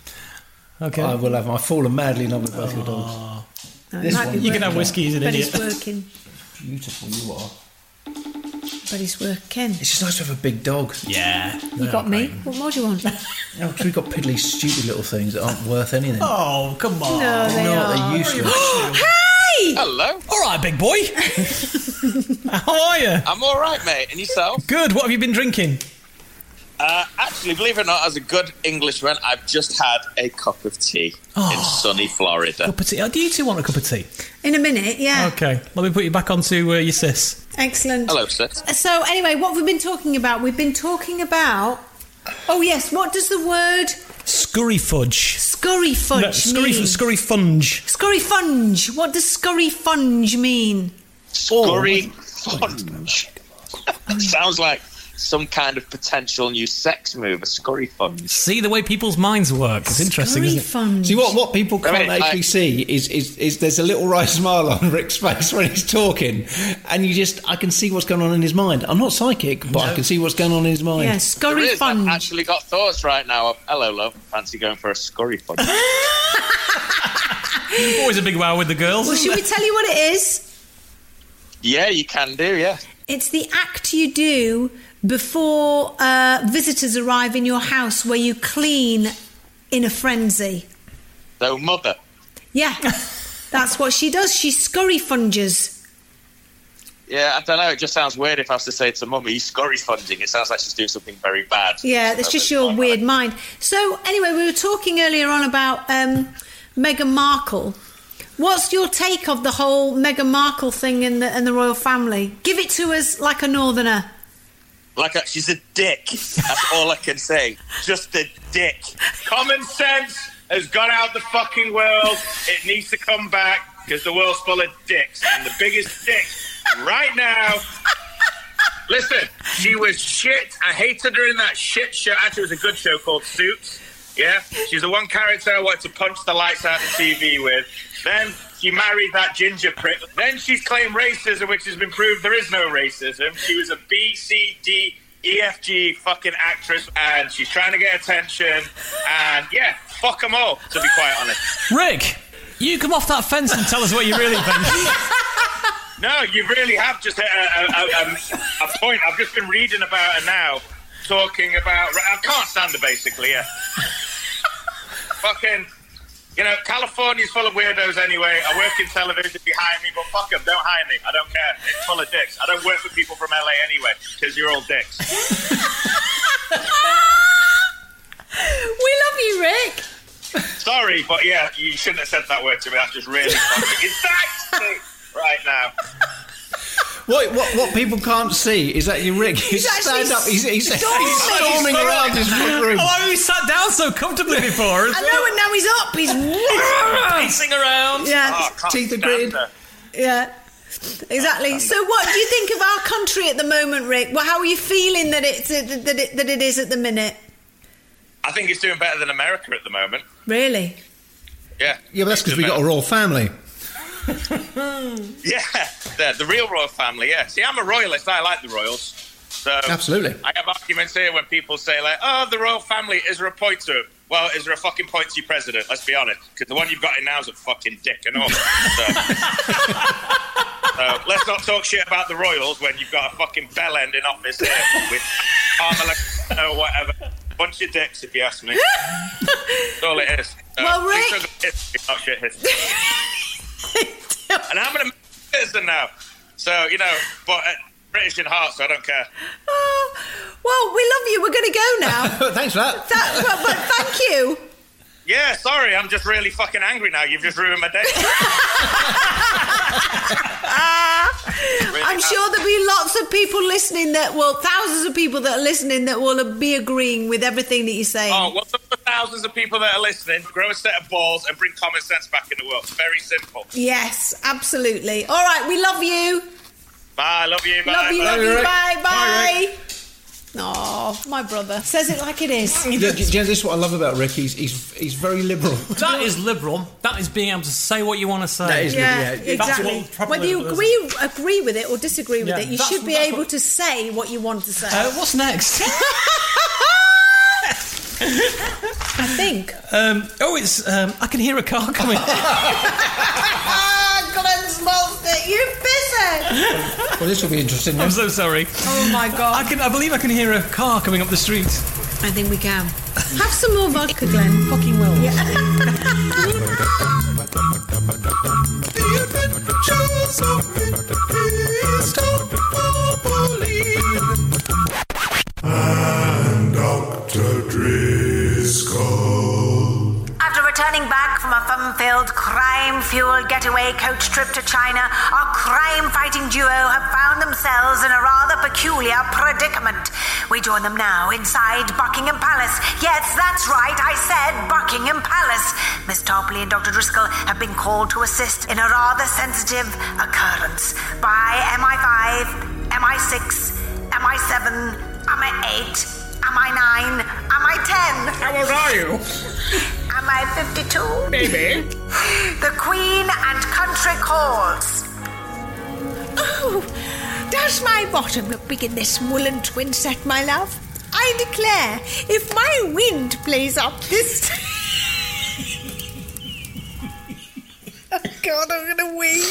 okay, Ah. I will have. I've fallen madly in love with both your dogs. No, it This might be one. You can working. have whiskey, he's an but idiot. But he's working. Beautiful you are. But he's working. It's just nice to have a big dog. Yeah. You got me. What more do you want? No, 'cause we've got piddly, stupid little things that aren't worth anything. Oh, come on. No, they No, they're are. useless. hey! Hello. All right, big boy. How are you? I'm all right, mate. And yourself? Good. What have you been drinking? Uh, actually, believe it or not, as a good Englishman, I've just had a cup of tea in sunny Florida. Cup of tea. Oh, do you two want a cup of tea? In a minute, yeah. Okay. Let me put you back onto uh, your sis. Excellent. Hello, sis. So, anyway, what we've been talking about? We've been talking about. Oh, yes, what does the word Scurry fudge. scurry fudge No, scurry, mean? scurry funge. Scurry funge. What does scurry funge mean? Curry fudge. Sounds like some kind of potential new sex move, a scurry fudge. See the way people's minds work. It's interesting, isn't it? See what what people I can't mean, actually I- see is, is is there's a little wry smile on Rick's face when he's talking, and you just I can see what's going on in his mind. I'm not psychic, but I can see what's going on in his mind. There is. I've actually got thoughts right now of, hello, love, fancy going for a scurry fudge. Always a big wow with the girls. Well, should we tell you what it is? yeah, you can do, yeah. It's the act you do before uh, visitors arrive in your house where you clean in a frenzy. So, mother, Yeah, that's what she does. She scurry funges. yeah, I don't know, it just sounds weird if I was to say to mum, are you scurry funding? It sounds like she's doing something very bad. Yeah, that's So just your weird mind. So, anyway, we were talking earlier on about um, Meghan Markle. What's your take of the whole Meghan Markle thing in the, in the royal family? Give it to us like a northerner. Like a, she's a dick. That's all I can say. Just a dick. Common sense has gone out the fucking world. It needs to come back because the world's full of dicks. And the biggest dick right now. Listen, she was shit. I hated her in that shit show. Actually, it was a good show called Suits. Yeah, she's the one character I wanted to punch the lights out of the TV with. Then she married that ginger prick. Then she's claimed racism, which has been proved there is no racism. She was a B, C, D, EFG fucking actress, and she's trying to get attention. And yeah, fuck them all, to be quite honest. Rick, you come off that fence and tell us what you really think. No, you really have just hit a, a, a, a, a point. I've just been reading about her now, talking about. I can't stand her basically. Yeah. Fucking. You know, California's full of weirdos anyway. I work in television behind me, but fuck them. Don't hire me. I don't care. It's full of dicks. I don't work with people from LA anyway, because you're all dicks. We love you, Rick. Sorry, but yeah, you shouldn't have said that word to me. That's just really fucking. It's that right now. What, what what people can't see is that you, Rick, he's, stand up. He's, he's, he's storming around his room. Oh, I mean, we sat down so comfortably before. I know, and now he's up. He's Pacing around. Oh, Yeah. Teeth are gritted. Yeah. Exactly. So, what do you think of our country at the moment, Rick? Well, how are you feeling that it's that it, that it is at the minute? I think it's doing better than America at the moment. Really? Yeah. Yeah, but that's because we got a royal family. Yeah, the, the real royal family. Yeah. See, I'm a royalist. I like the royals. So Absolutely. I have arguments here when people say like, "Oh, the royal family." Is there a point to it? Well, is there a fucking point to your president? Let's be honest, because the one you've got in now is a fucking dick and all. So, so let's not talk shit about the royals when you've got a fucking bell end in office here with Carmela or whatever. Bunch of dicks, if you ask me. That's all it Uh, is. Well, these Rick- are the history, not oh, shit history. and I'm an American citizen now, so you know, but uh, British in heart, so I don't care. Oh, well, we love you. We're going to go now. Thanks for that. that well, but thank you. Yeah, sorry, I'm just really fucking angry now. You've just ruined my day. I'm sure there'll be lots of people listening that, well, thousands of people that are listening that will be agreeing with everything that you're saying. oh, well, look for thousands of people that are listening, grow a set of balls and bring common sense back in the world. Very simple. Yes, absolutely. All right, we love you. Bye. Love you. Bye. love you, love you, bye, Rick. bye. Oh, my brother says it like it is. You know, do you know, this is what I love about Rick. He's he's, he's very liberal. That is liberal. That is being able to say what you want to say. yeah, exactly. That's what Whether you proper liberalism agree agree with it or disagree with Yeah, it, you that's- should be that's able what- to say what you want to say. Uh, what's next? I think. Um, oh, it's. Um, I can hear a car coming. Glenn's lost it. You pisser! well, this will be interesting. I'm so sorry. Oh my god! I can. I believe I can hear a car coming up the street. I think we can. Have some more vodka, Glenn. Fucking will. And Dr. Driscoll. After returning back from a fun-filled, crime-fueled getaway coach trip to China, our crime-fighting duo have found themselves in a rather peculiar predicament. We join them now inside Buckingham Palace. Yes, that's right, I said Buckingham Palace. Miss Tarpley and Dr. Driscoll have been called to assist in a rather sensitive occurrence by MI5, MI6, MI7, MI8, Am I nine? Am I ten? How old are you? Am I 52? Maybe. the Queen and Country Calls. Oh, does my bottom look big in this woolen twin set, my love? I declare, if my wind plays up this. oh God, I'm gonna wee.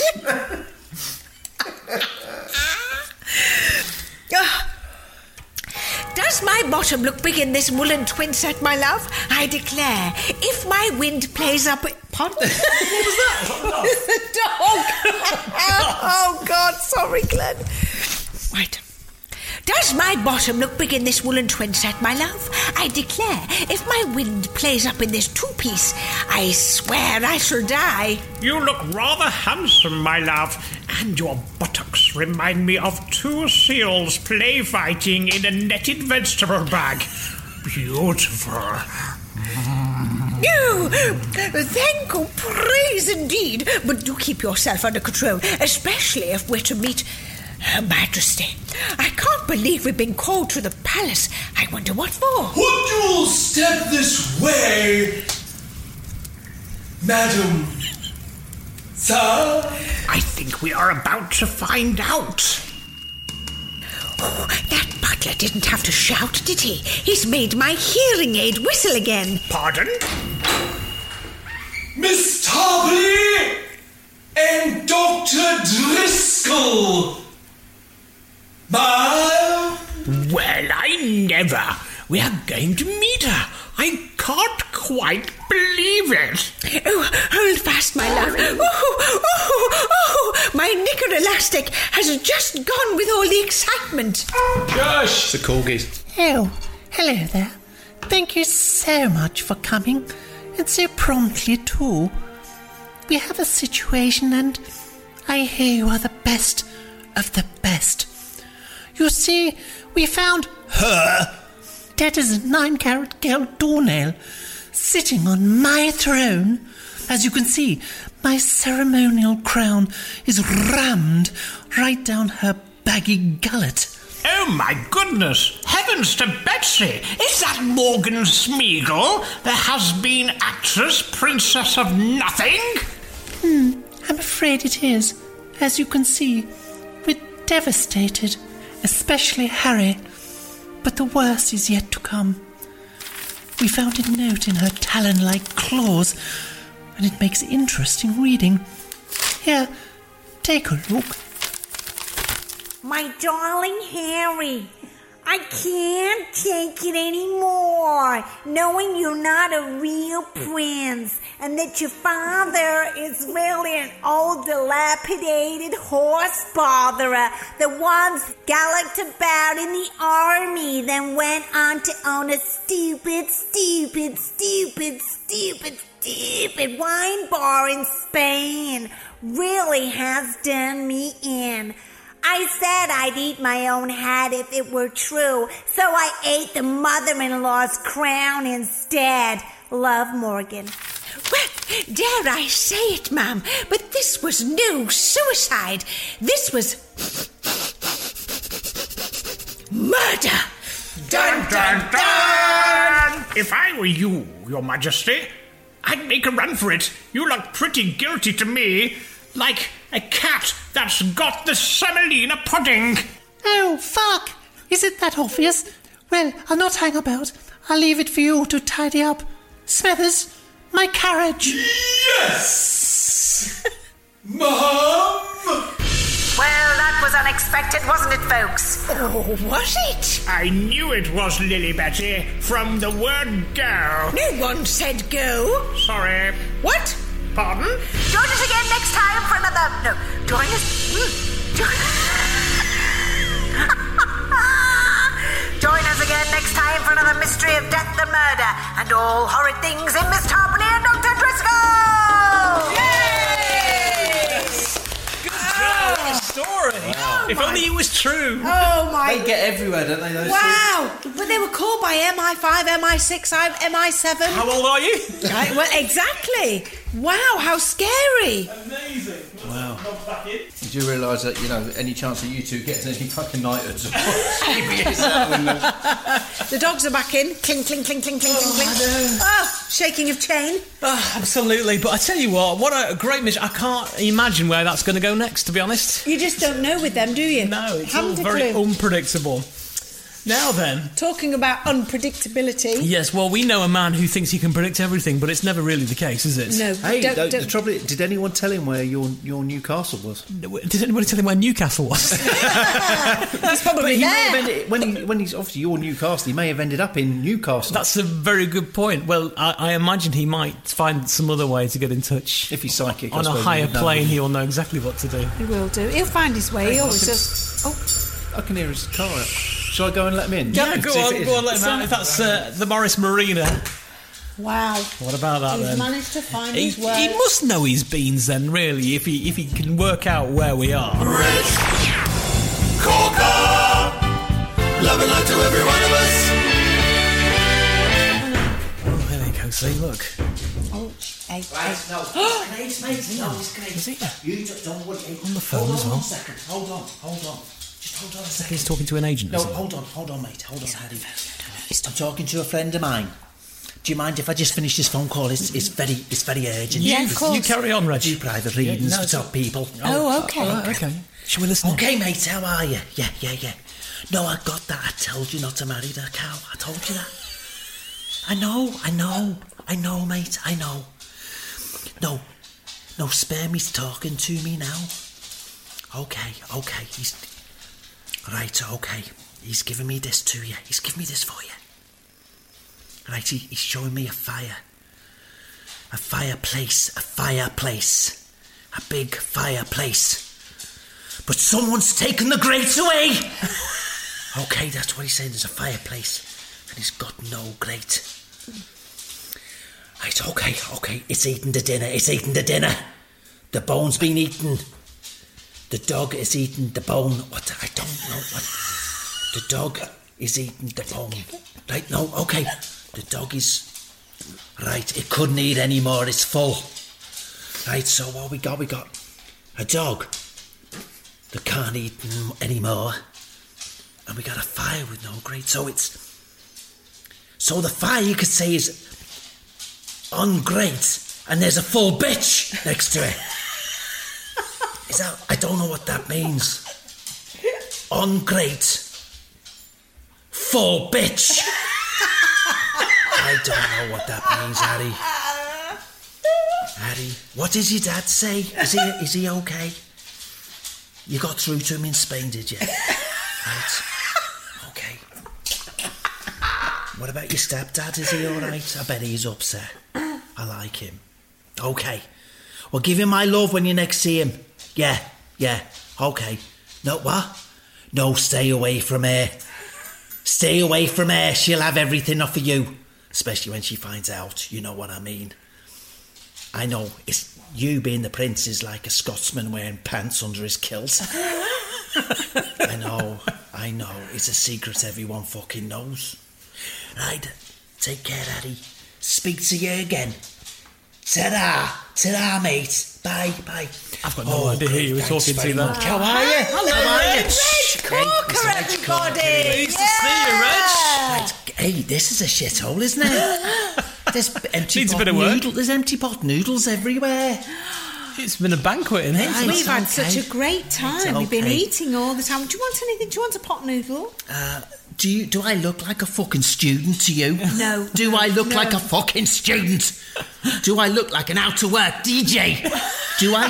Ah. Does my bottom look big in this woolen twin set, my love? I declare, if my wind plays up. Pardon? what was that? the dog. oh, God, sorry, Glenn. Right. Does my bottom look big in this woolen twin set, my love? I declare, if my wind plays up in this two piece, I swear I shall die. You look rather handsome, my love, and your buttocks remind me of two seals play fighting in a netted vegetable bag. Beautiful. No! Thank you, praise indeed. But do keep yourself under control, especially if we're to meet Her Majesty. I can't believe we've been called to the palace. I wonder what for. Would you all step this way, Madam? Sir? I think we are about to find out. Oh, That butler didn't have to shout, did he? He's made my hearing aid whistle again. Pardon? Miss Tarpley and Dr. Driscoll. Mom? Well, I never. We are going to meet her. I can't quite believe it. Oh, hold fast, my love. Oh, oh, oh, my knicker elastic has just gone with all the excitement. Gosh! The corgis. Oh, hello there. Thank you so much for coming, and so promptly too. We have a situation, and I hear you are the best of the best. You see, we found her, dead as a nine-carat gold doornail, sitting on my throne. As you can see, my ceremonial crown is rammed right down her baggy gullet. Oh my goodness! Heavens to Betsy! Is that Morgan Smeagol, the has been actress, princess of nothing? Hmm, I'm afraid it is. As you can see, we're devastated, especially Harry. But the worst is yet to come. We found a note in her talon like claws, and it makes interesting reading. Here, take a look. My darling Harry, I can't take it anymore, knowing you're not a real prince and that your father is really an old dilapidated horse botherer that once galloped about in the army, then went on to own a stupid, stupid, stupid, stupid, stupid wine bar in Spain. Really has done me in. I said I'd eat my own head if it were true, so I ate the mother in law's crown instead. Love, Morgan. Dare I say it, ma'am, but this was no suicide. This was Murder! Dun, dun, dun! If I were you, Your Majesty, I'd make a run for it. You look pretty guilty to me, like a cat that's got the semolina pudding. Oh, fuck! Is it that obvious? Well, I'll not hang about. I'll leave it for you to tidy up. Smithers, my carriage! Yes! Mom! Well, that was unexpected, wasn't it, folks? Oh, was it? I knew it was Lily Betty from the word go. No one said go. Sorry. What? Pardon? Join us again next time for another. No, join us. mm, Join, join us again next time for another mystery of death and murder and all horrid things in Miss Tarpany and Dr. Driscoll! Ah. What a story! if only it was true. Oh my! They get everywhere, don't they? Those Wow! But they were called by MI5, MI6, I- MI7. How old are you? Right, well, exactly. Wow! How scary! things? Wow. Did you realise that you know any chance of you two getting any fucking knighthoods? The dogs are back in. Cling, cling, cling, cling, cling, cling, cling. Oh, shaking of chain. Ah, absolutely, but I tell you what, what a great mission! I can't imagine where that's going to go next. To be honest, You just don't know with them, do you? no, it's all Haven't a very um- clue. unpredictable. Now then, Talking about unpredictability. yes, well, we know a man who thinks he can predict everything, but it's never really the case, is it? No, Hey, don't, don't- don't- the trouble is, did anyone tell him where your your new castle was? Did anybody tell him where Newcastle was? It's probably he may there. have ended, when he when he's obviously your Newcastle, he may have ended up in Newcastle That's a very good point. Well, I, I imagine he might find some other way to get in touch. if he's psychic I On a suppose he higher would know. plane, he'll know exactly what to do. He will do. He'll find his way. He always does. Oh, I can hear his car. out. Shall I go and let him in? Yeah, See go if on, it is. go on, let him out. If that's uh, the Morris Marina, Wow. what about that He's then? managed to find um, He, his way. he must know his beans then, really, if he if he can work out where we are. Rich Corker! Love and light to every one of us. Oh, there they go. See, look. Oh, hey, hey. Is he? You just don't want to On the phone hold as on well. One second. Hold on. Hold on. Just hold on a second. He's talking to an agent. or No, something. hold on. Hold on, mate. Hold on, Harry. I'm talking to a friend of mine. Do you mind if I just finish this phone call? It's, it's very it's very urgent. you, Yeah, of course. you carry on, Reg. Do private readings no, for it's- top people. Oh, okay. All right, okay. Shall we listen? Okay, mate, how are you? Yeah, yeah, yeah. No, I got that. I told you not to marry that cow. I told you that. I know, I know, I know, mate, I know. No, no, spare me's talking to me now. Okay, okay, he's. Right, okay. He's giving me this to you. He's giving me this for you. Right, he, he's showing me a fire. A fireplace, a fireplace. A big fireplace. But someone's taken the grates away! okay, that's what he's saying. There's a fireplace, and he's got no grate. Right, okay, okay. It's eating the dinner, it's eating the dinner. The bone's been eaten. The dog is eating the bone. What? I don't know what. The dog is eating the bone. Right, no, okay. The dog is. Right, it couldn't eat anymore, it's full. Right, so what we got? We got a dog that can't eat m- anymore, and we got a fire with no grate. So it's so the fire you could say is on grate, and there's a full bitch next to it. Is that? I don't know what that means. On grate, full bitch. I don't know what that means, Harry. Harry, what does your dad say? Is he is he okay? You got through to him in Spain, did you? right. Okay. What about your stepdad? Is he all right? I bet he's upset. I like him. Okay. Well, give him my love when you next see him. Yeah, yeah. Okay. No, what? No, stay away from her. Stay away from her. She'll have everything off of you. Especially when she finds out. You know what I mean. I know it's you being the prince is like a Scotsman wearing pants under his kilt. I know, I know. It's a secret everyone fucking knows. Right, take care, Harry. Speak to you again. Ta-da, ta-da, mate. Bye, Oh, bye. I've got no idea who great, you were thanks talking to very there. much. How are you? How are you? corker, everybody! Pleased to see you, Reg. Hey, this is a shithole, isn't it? There's empty Needs a pot bit of work. noodle- There's empty pot noodles everywhere. It's been a banquet in here. Right, We've had okay. such a great time. It's We've been okay. eating all the time. Do you want anything? Do you want a pot noodle? Uh, do you? Do I look like a fucking student to you? No. Do I look No. like a fucking student? Do I look like an out of work DJ? Do I?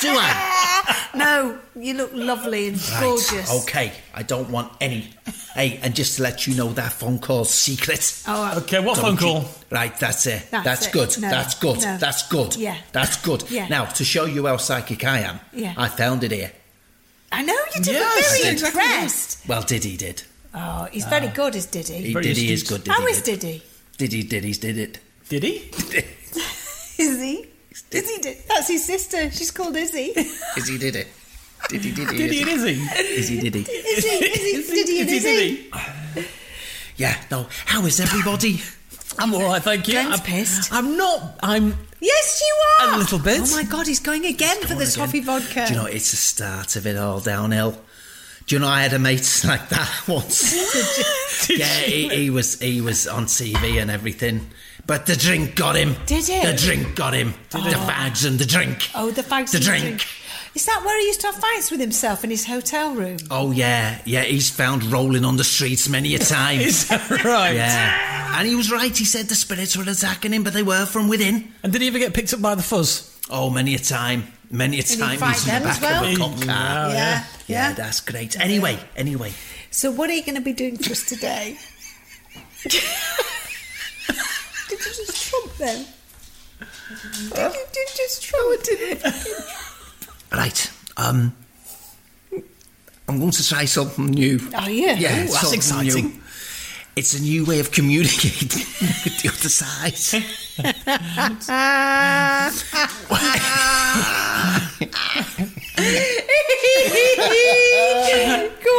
Do I? No, you look lovely and Right, gorgeous. Okay. I don't want any. Hey, and just to let you know, that phone call's secret. Oh, uh, Okay, what Don't phone you- call? Right, that's it. That's That's, it. good. No, that's good. no. That's good. Yeah. That's good. Yeah. Now, to show you how psychic I am, Yeah. I found it here. I know you did. Yes, Yes, I very did. impressed. Well, Diddy did. Oh, he's very good, is Diddy? Uh, He did. He is good. Diddy How is did. Diddy? Diddy Diddy's did it. Did he? Is he? Is he? Did- That's his sister. She's called Izzy. Is he did it? Diddy Diddy. Did he? Is he? Is he Diddy? Is he? Is he? Diddy and Is he? Did Izzy. he? Yeah. No. How is everybody? I'm all right, thank you. Glenn's I'm pissed. I'm not. I'm Yes, you are. A little bit. Oh my God, he's going again for this again. toffee vodka. Do you know it's the start of it all downhill? Do you know I had a mate like that once? yeah, he, he was he was on TV and everything, but the drink got him. Did it? The drink got him. the fags and the drink. Oh, the fags. The and drink. Is that where he used to have fights with himself in his hotel room? Oh yeah, yeah. He's found rolling on the streets many a time. Is that right? Yeah, and he was right. He said the spirits were attacking him, but they were from within. And did he ever get picked up by the fuzz? Oh, many a time, many a he time. fight He's in the them as back of a well? cop car. Oh, yeah. yeah, Yeah. that's great. Anyway, anyway. So, what are you going to be doing for us today? Did you just trump them? Did you, did you just trump it? Right. Um, I'm going to try something new. Are you? Yeah, Ooh, that's something exciting. new. It's a new way of communicating with the other side. Go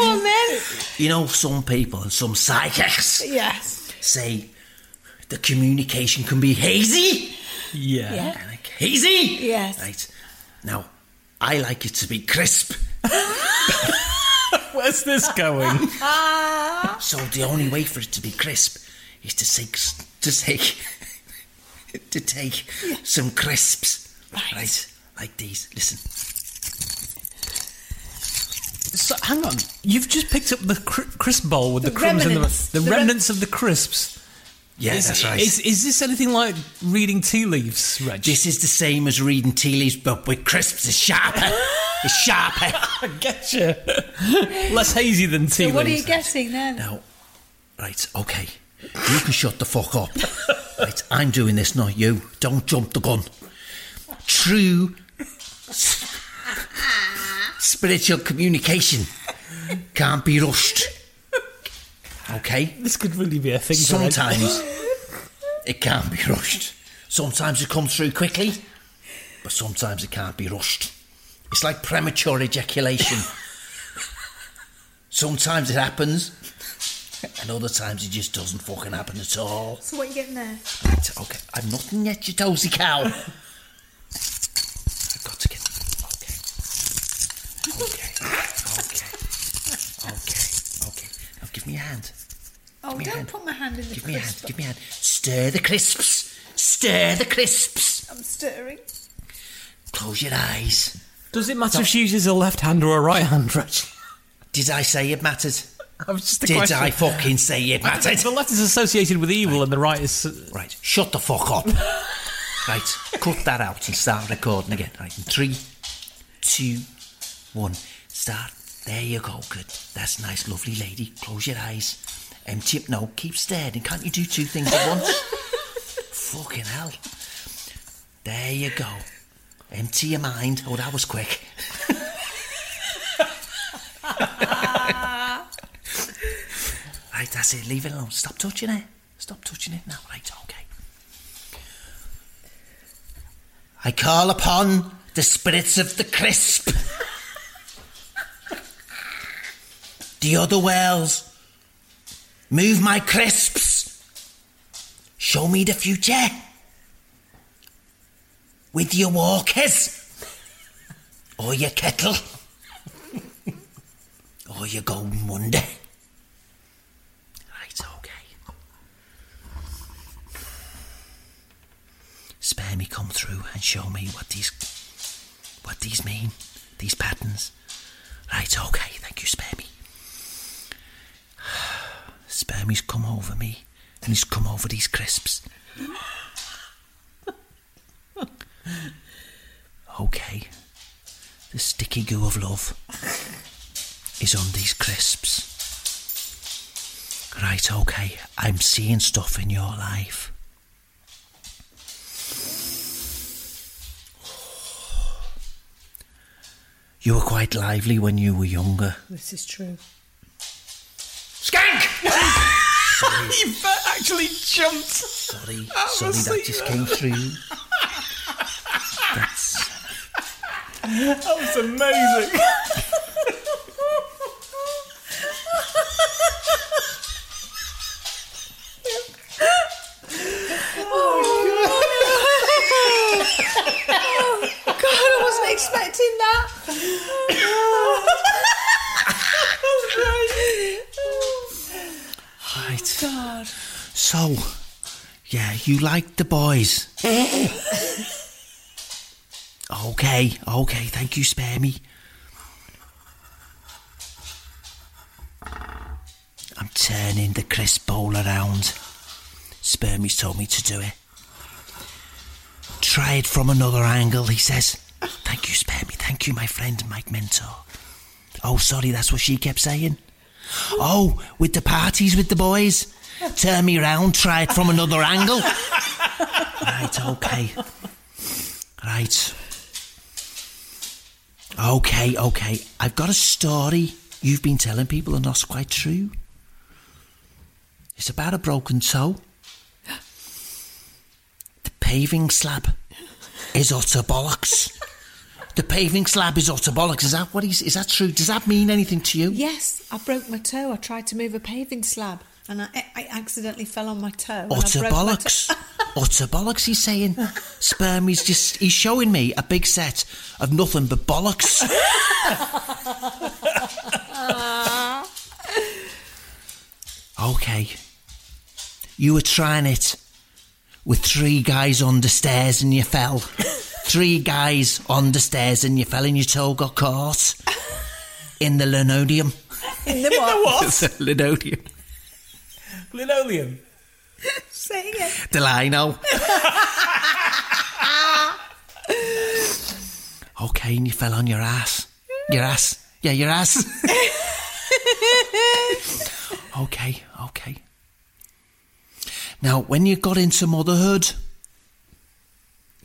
on then. You know, some people and some psychics Yes. say the communication can be hazy. Yeah. Yeah. Like, hazy? Yes. Right. Now, I like it to be crisp. Where's this going? So the only way for it to be crisp is to take to take to take some crisps, right. Like these. Listen, So, hang on. You've just picked up the cr- crisp bowl with the, The crumbs remnants. and the, the, The rem- remnants of the crisps. yeah, is, that's right. Is, is this anything like reading tea leaves, Reg? this is the same as reading tea leaves, but with crisps, it's sharper. it's sharper. I get you. Less hazy than tea So, leaves. what are you getting then? Now, right, okay. You can shut the fuck up. Right, I'm doing this, not you. Don't jump the gun. True s- spiritual communication can't be rushed. Okay? This could really be a thing. for Reg. Sometimes it can't be rushed. Sometimes it comes through quickly, but sometimes it can't be rushed. It's like premature ejaculation. sometimes it happens, and other times it just doesn't fucking happen at all. So, what are you getting there? Right, okay, I'm nothing yet, you dozy cow. I've got to get. Okay. Okay. Okay. Okay. Okay. Now give me a hand. Oh, me a don't hand. put my hand in the Give me a hand. crisp. Give me a hand. Stir the crisps. Stir the crisps. I'm stirring. Close your eyes. Does it matter if she uses a left hand or a right hand, Reg? Did I say it mattered? I was just a Did question. I fucking say it mattered? The left is associated with evil, and the right is. Right. Shut the fuck up. right. Cut that out and start recording again. Right. In three, two, one. Start. There you go. Good. That's nice, lovely lady. Close your eyes. Empty it. No. Keep staring. Can't you do two things at once? Fucking hell. There you go. Empty your mind. Oh, that was quick. right, that's it. Leave it alone. Stop touching it. Stop touching it now. Right, okay. I call upon the spirits of the crisp, the other wells. Move my crisps. Show me the future. With your walkers or your kettle. or you go Monday. Right, okay. Spare me come through and show me what these what these mean, these patterns. Right, okay, thank you, spare me. Spare me's come over me and he's come over these crisps. okay. The sticky goo of love is on these crisps. Right, okay, I'm seeing stuff in your life. You were quite lively when you were younger. This is true. Skank! You've actually jumped. Sorry, I was sorry, that just thinking came through. That was amazing. oh, God, I wasn't expecting that. Right. God. So, yeah, you like the boys. okay, okay, thank you, spare me. I'm turning the crisp bowl around. Spermy's told me to do it. Try it from another angle, he says. Thank you, spare me. Thank you, my friend, my mentor. Oh, sorry, that's what she kept saying. Oh, with the parties with the boys. Turn me round, try it from another angle. right, okay. Right. Okay, okay. I've got a story you've been telling people and that's quite true. It's about a broken toe. The paving slab is utter bollocks. The paving slab is utter bollocks. Is that what he's? Is that true? Does that mean anything to you? Yes, I broke my toe. I tried to move a paving slab and I, I accidentally fell on my toe. and I Utter broke my bollocks. toe. Utter bollocks, he's saying. Sperm, he's just, he's showing me a big set of nothing but bollocks. 아. okay. You were trying it with three guys on the stairs and you fell. three guys on the stairs and you fell and your toe got caught in the linoleum. In the what? the linoleum. Linoleum. Say it. The lino. Okay, and you fell on your ass. Your ass. Yeah, your ass. okay, okay. Now, when you got into motherhood,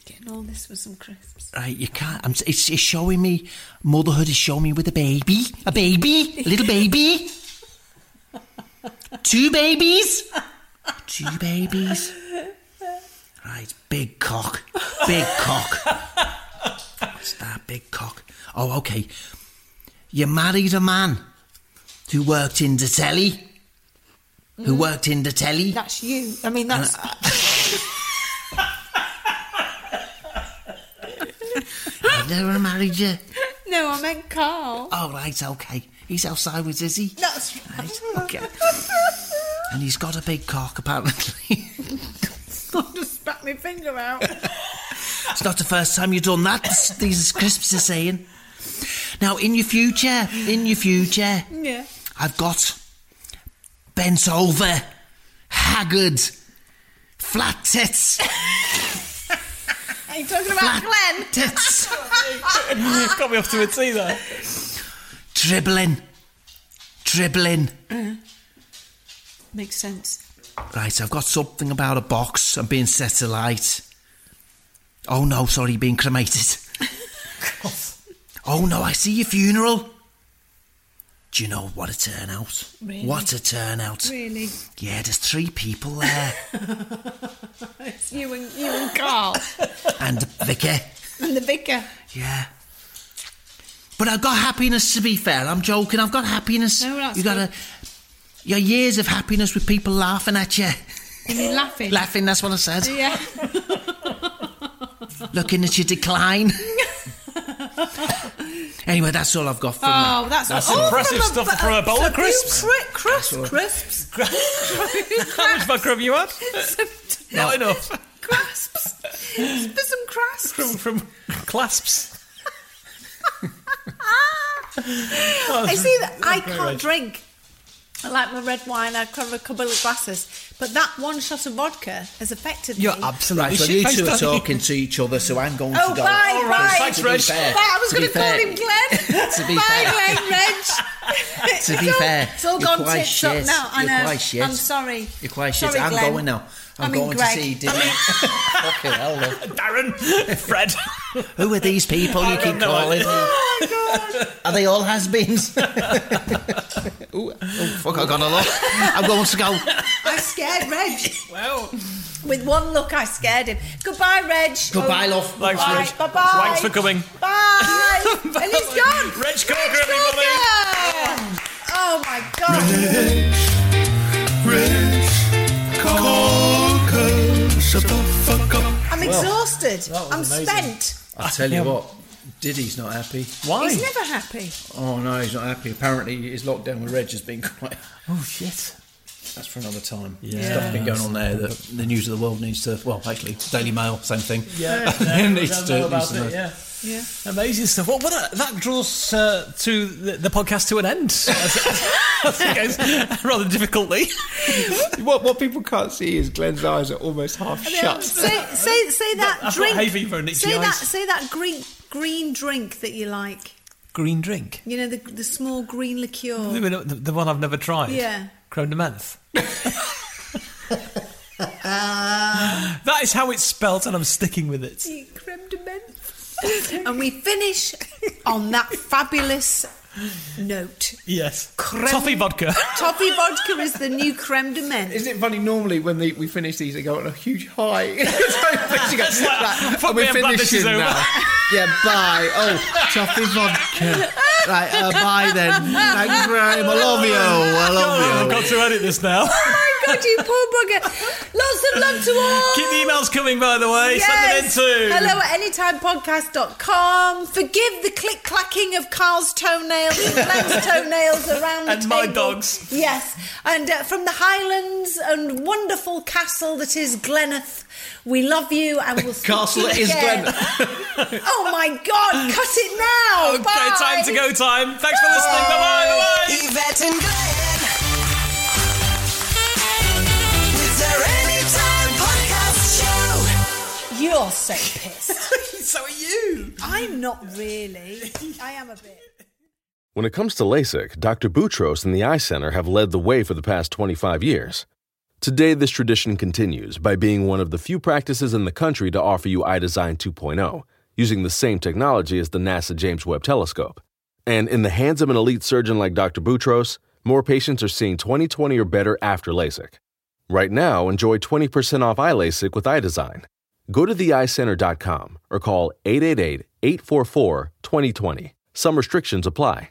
Getting all this with some crisps. right, you can't. I'm, it's, it's showing me, motherhood is showing me with a baby. A baby. A little baby. Two babies. Two babies. Right, big cock. Big cock. What's that big cock? Oh, okay. You married a man who worked in the telly. Who worked in the telly. Mm. That's you. I mean, that's. I never married you. No, I meant Carl. Oh, right, okay. He's outside with Izzy. That's right. Okay. And he's got a big cock, apparently. Just spat my finger out. It's not the first time you've done that. These crisps are saying. Now, in your future, in your future, yeah. I've got bent over, haggard, flat tits. Are you talking about Glenn? Tits. Got me off to a tee there. dribbling, dribbling. Uh, Makes sense. Right, I've got something about a box and being set alight. Oh no, sorry, being cremated. oh no, I see your funeral. Do you know what a turnout? Really? What a turnout. Really? Yeah, there's three people there It's you and you and Carl and the vicar. and the vicar. Yeah. But I've got happiness to be fair. I'm joking. I've got happiness. No, that's you got good. a your years of happiness with people laughing at you. And you're laughing. Laughing, that's what I said. 예. Yeah. looking at your decline. Anyway, that's all I've got for that. oh, that's, That's all from impressive a stuff bu- for a bowl of few crisps. Cri- crisps, That's all. crisps. How much butter have you had? Not enough. Crisps. There's some crisps. From, from clasps. Oh, I see that I Great can't range. drink. I like my red wine. I cover a couple of glasses, but that one shot of vodka has affected me. Right, so you two are talking to each other, so I'm going Oh, to go. bye, All bye. to Thanks, be Reg. fair- Bye, I was to be going to call fair- him Glenn. To be bye, fair. Glenn, Reg. To It's be all- fair, it's all you're gone quite tits up shit. now. I You're know. quite shit. I'm sorry. You're quite shit. sorry, I'm Glenn. going now. I'm I mean, going Greg. to see dinner. Fucking hell, love. Darren, Fred. Who are these people you keep calling? Are they all has-beens? Ooh, oh, fuck, I got a lot. I'm going to go. I scared Reg. Wow. With one look, I scared him. Goodbye, Reg. Goodbye, love. Thanks, Reg. Bye bye. Thanks for coming. Bye. and he's gone. Reg Corker, everybody. Oh my God. I'm Well, exhausted. I'm amazing. spent. I'll tell you what, Diddy's not happy. He's never happy. Oh no, he's not happy. Apparently, his lockdown with Reg has been quite. Oh, shit. That's for another time. Yeah. Stuff's been going on there that the news of the world needs to. Well, actually, Daily Mail, same thing. Yeah, needs don't to. know needs about to know. it, yeah. Amazing stuff. Well, well that, that draws uh, to the, the podcast to an end. I think it's rather difficultly. what what people can't see is Glenn's eyes are almost half shut. Say, say, say that I've got drink. hay fever and itchy say that. eyes. Say that green green drink that you like. Green drink. You know the the small green Oh. The, liqueur. the- the one I've never tried. Yeah. Crone de Menthe. That is how it's spelt, and I'm sticking with it. creme de menthe. and we finish on that fabulous note. Yes. Creme- Toffee vodka. Toffee vodka is the new creme de menthe. Isn't it funny? Normally, when they, we finish these, they go on a huge high. so basically, It's like, right, fuck me, we're I'm glad this is finishing over. now. yeah, bye. Oh, toffee vodka. Right, uh, bye then. Thanks very much. I love you. I I've love you. got to edit this now. Oh my god, you poor bugger! Lots of love to all. Keep the emails coming, by the way. Yes. Send them in too. Hello at anytimepodcast.com. Forgive the click clacking of Carl's toenails and Glenn's toenails around the And my table. dogs. Yes. And uh, from the highlands and wonderful castle that is Glenneth, we love you and we'll see Castle you that is again. oh my God, cut it now. Okay, Bye. time to go time. Thanks for listening. Bye-bye. Bye-bye. Yvette and Glenn. It's their Anytime Podcast Show. You're so pissed. so are you. I'm not really. I am a bit. When it comes to LASIK, Dr. Boutros and the Eye Center have led the way for the past 25 years. Today, this tradition continues by being one of the few practices in the country to offer you Eye Design 2.0, using the same technology as the NASA James Webb Telescope. And in the hands of an elite surgeon like Dr. Boutros, more patients are seeing 20/20 or better after LASIK. Right now, enjoy 20% off eye LASIK with Eye Design. Go to theeyecenter.com or call 888 844 2020. Some restrictions apply.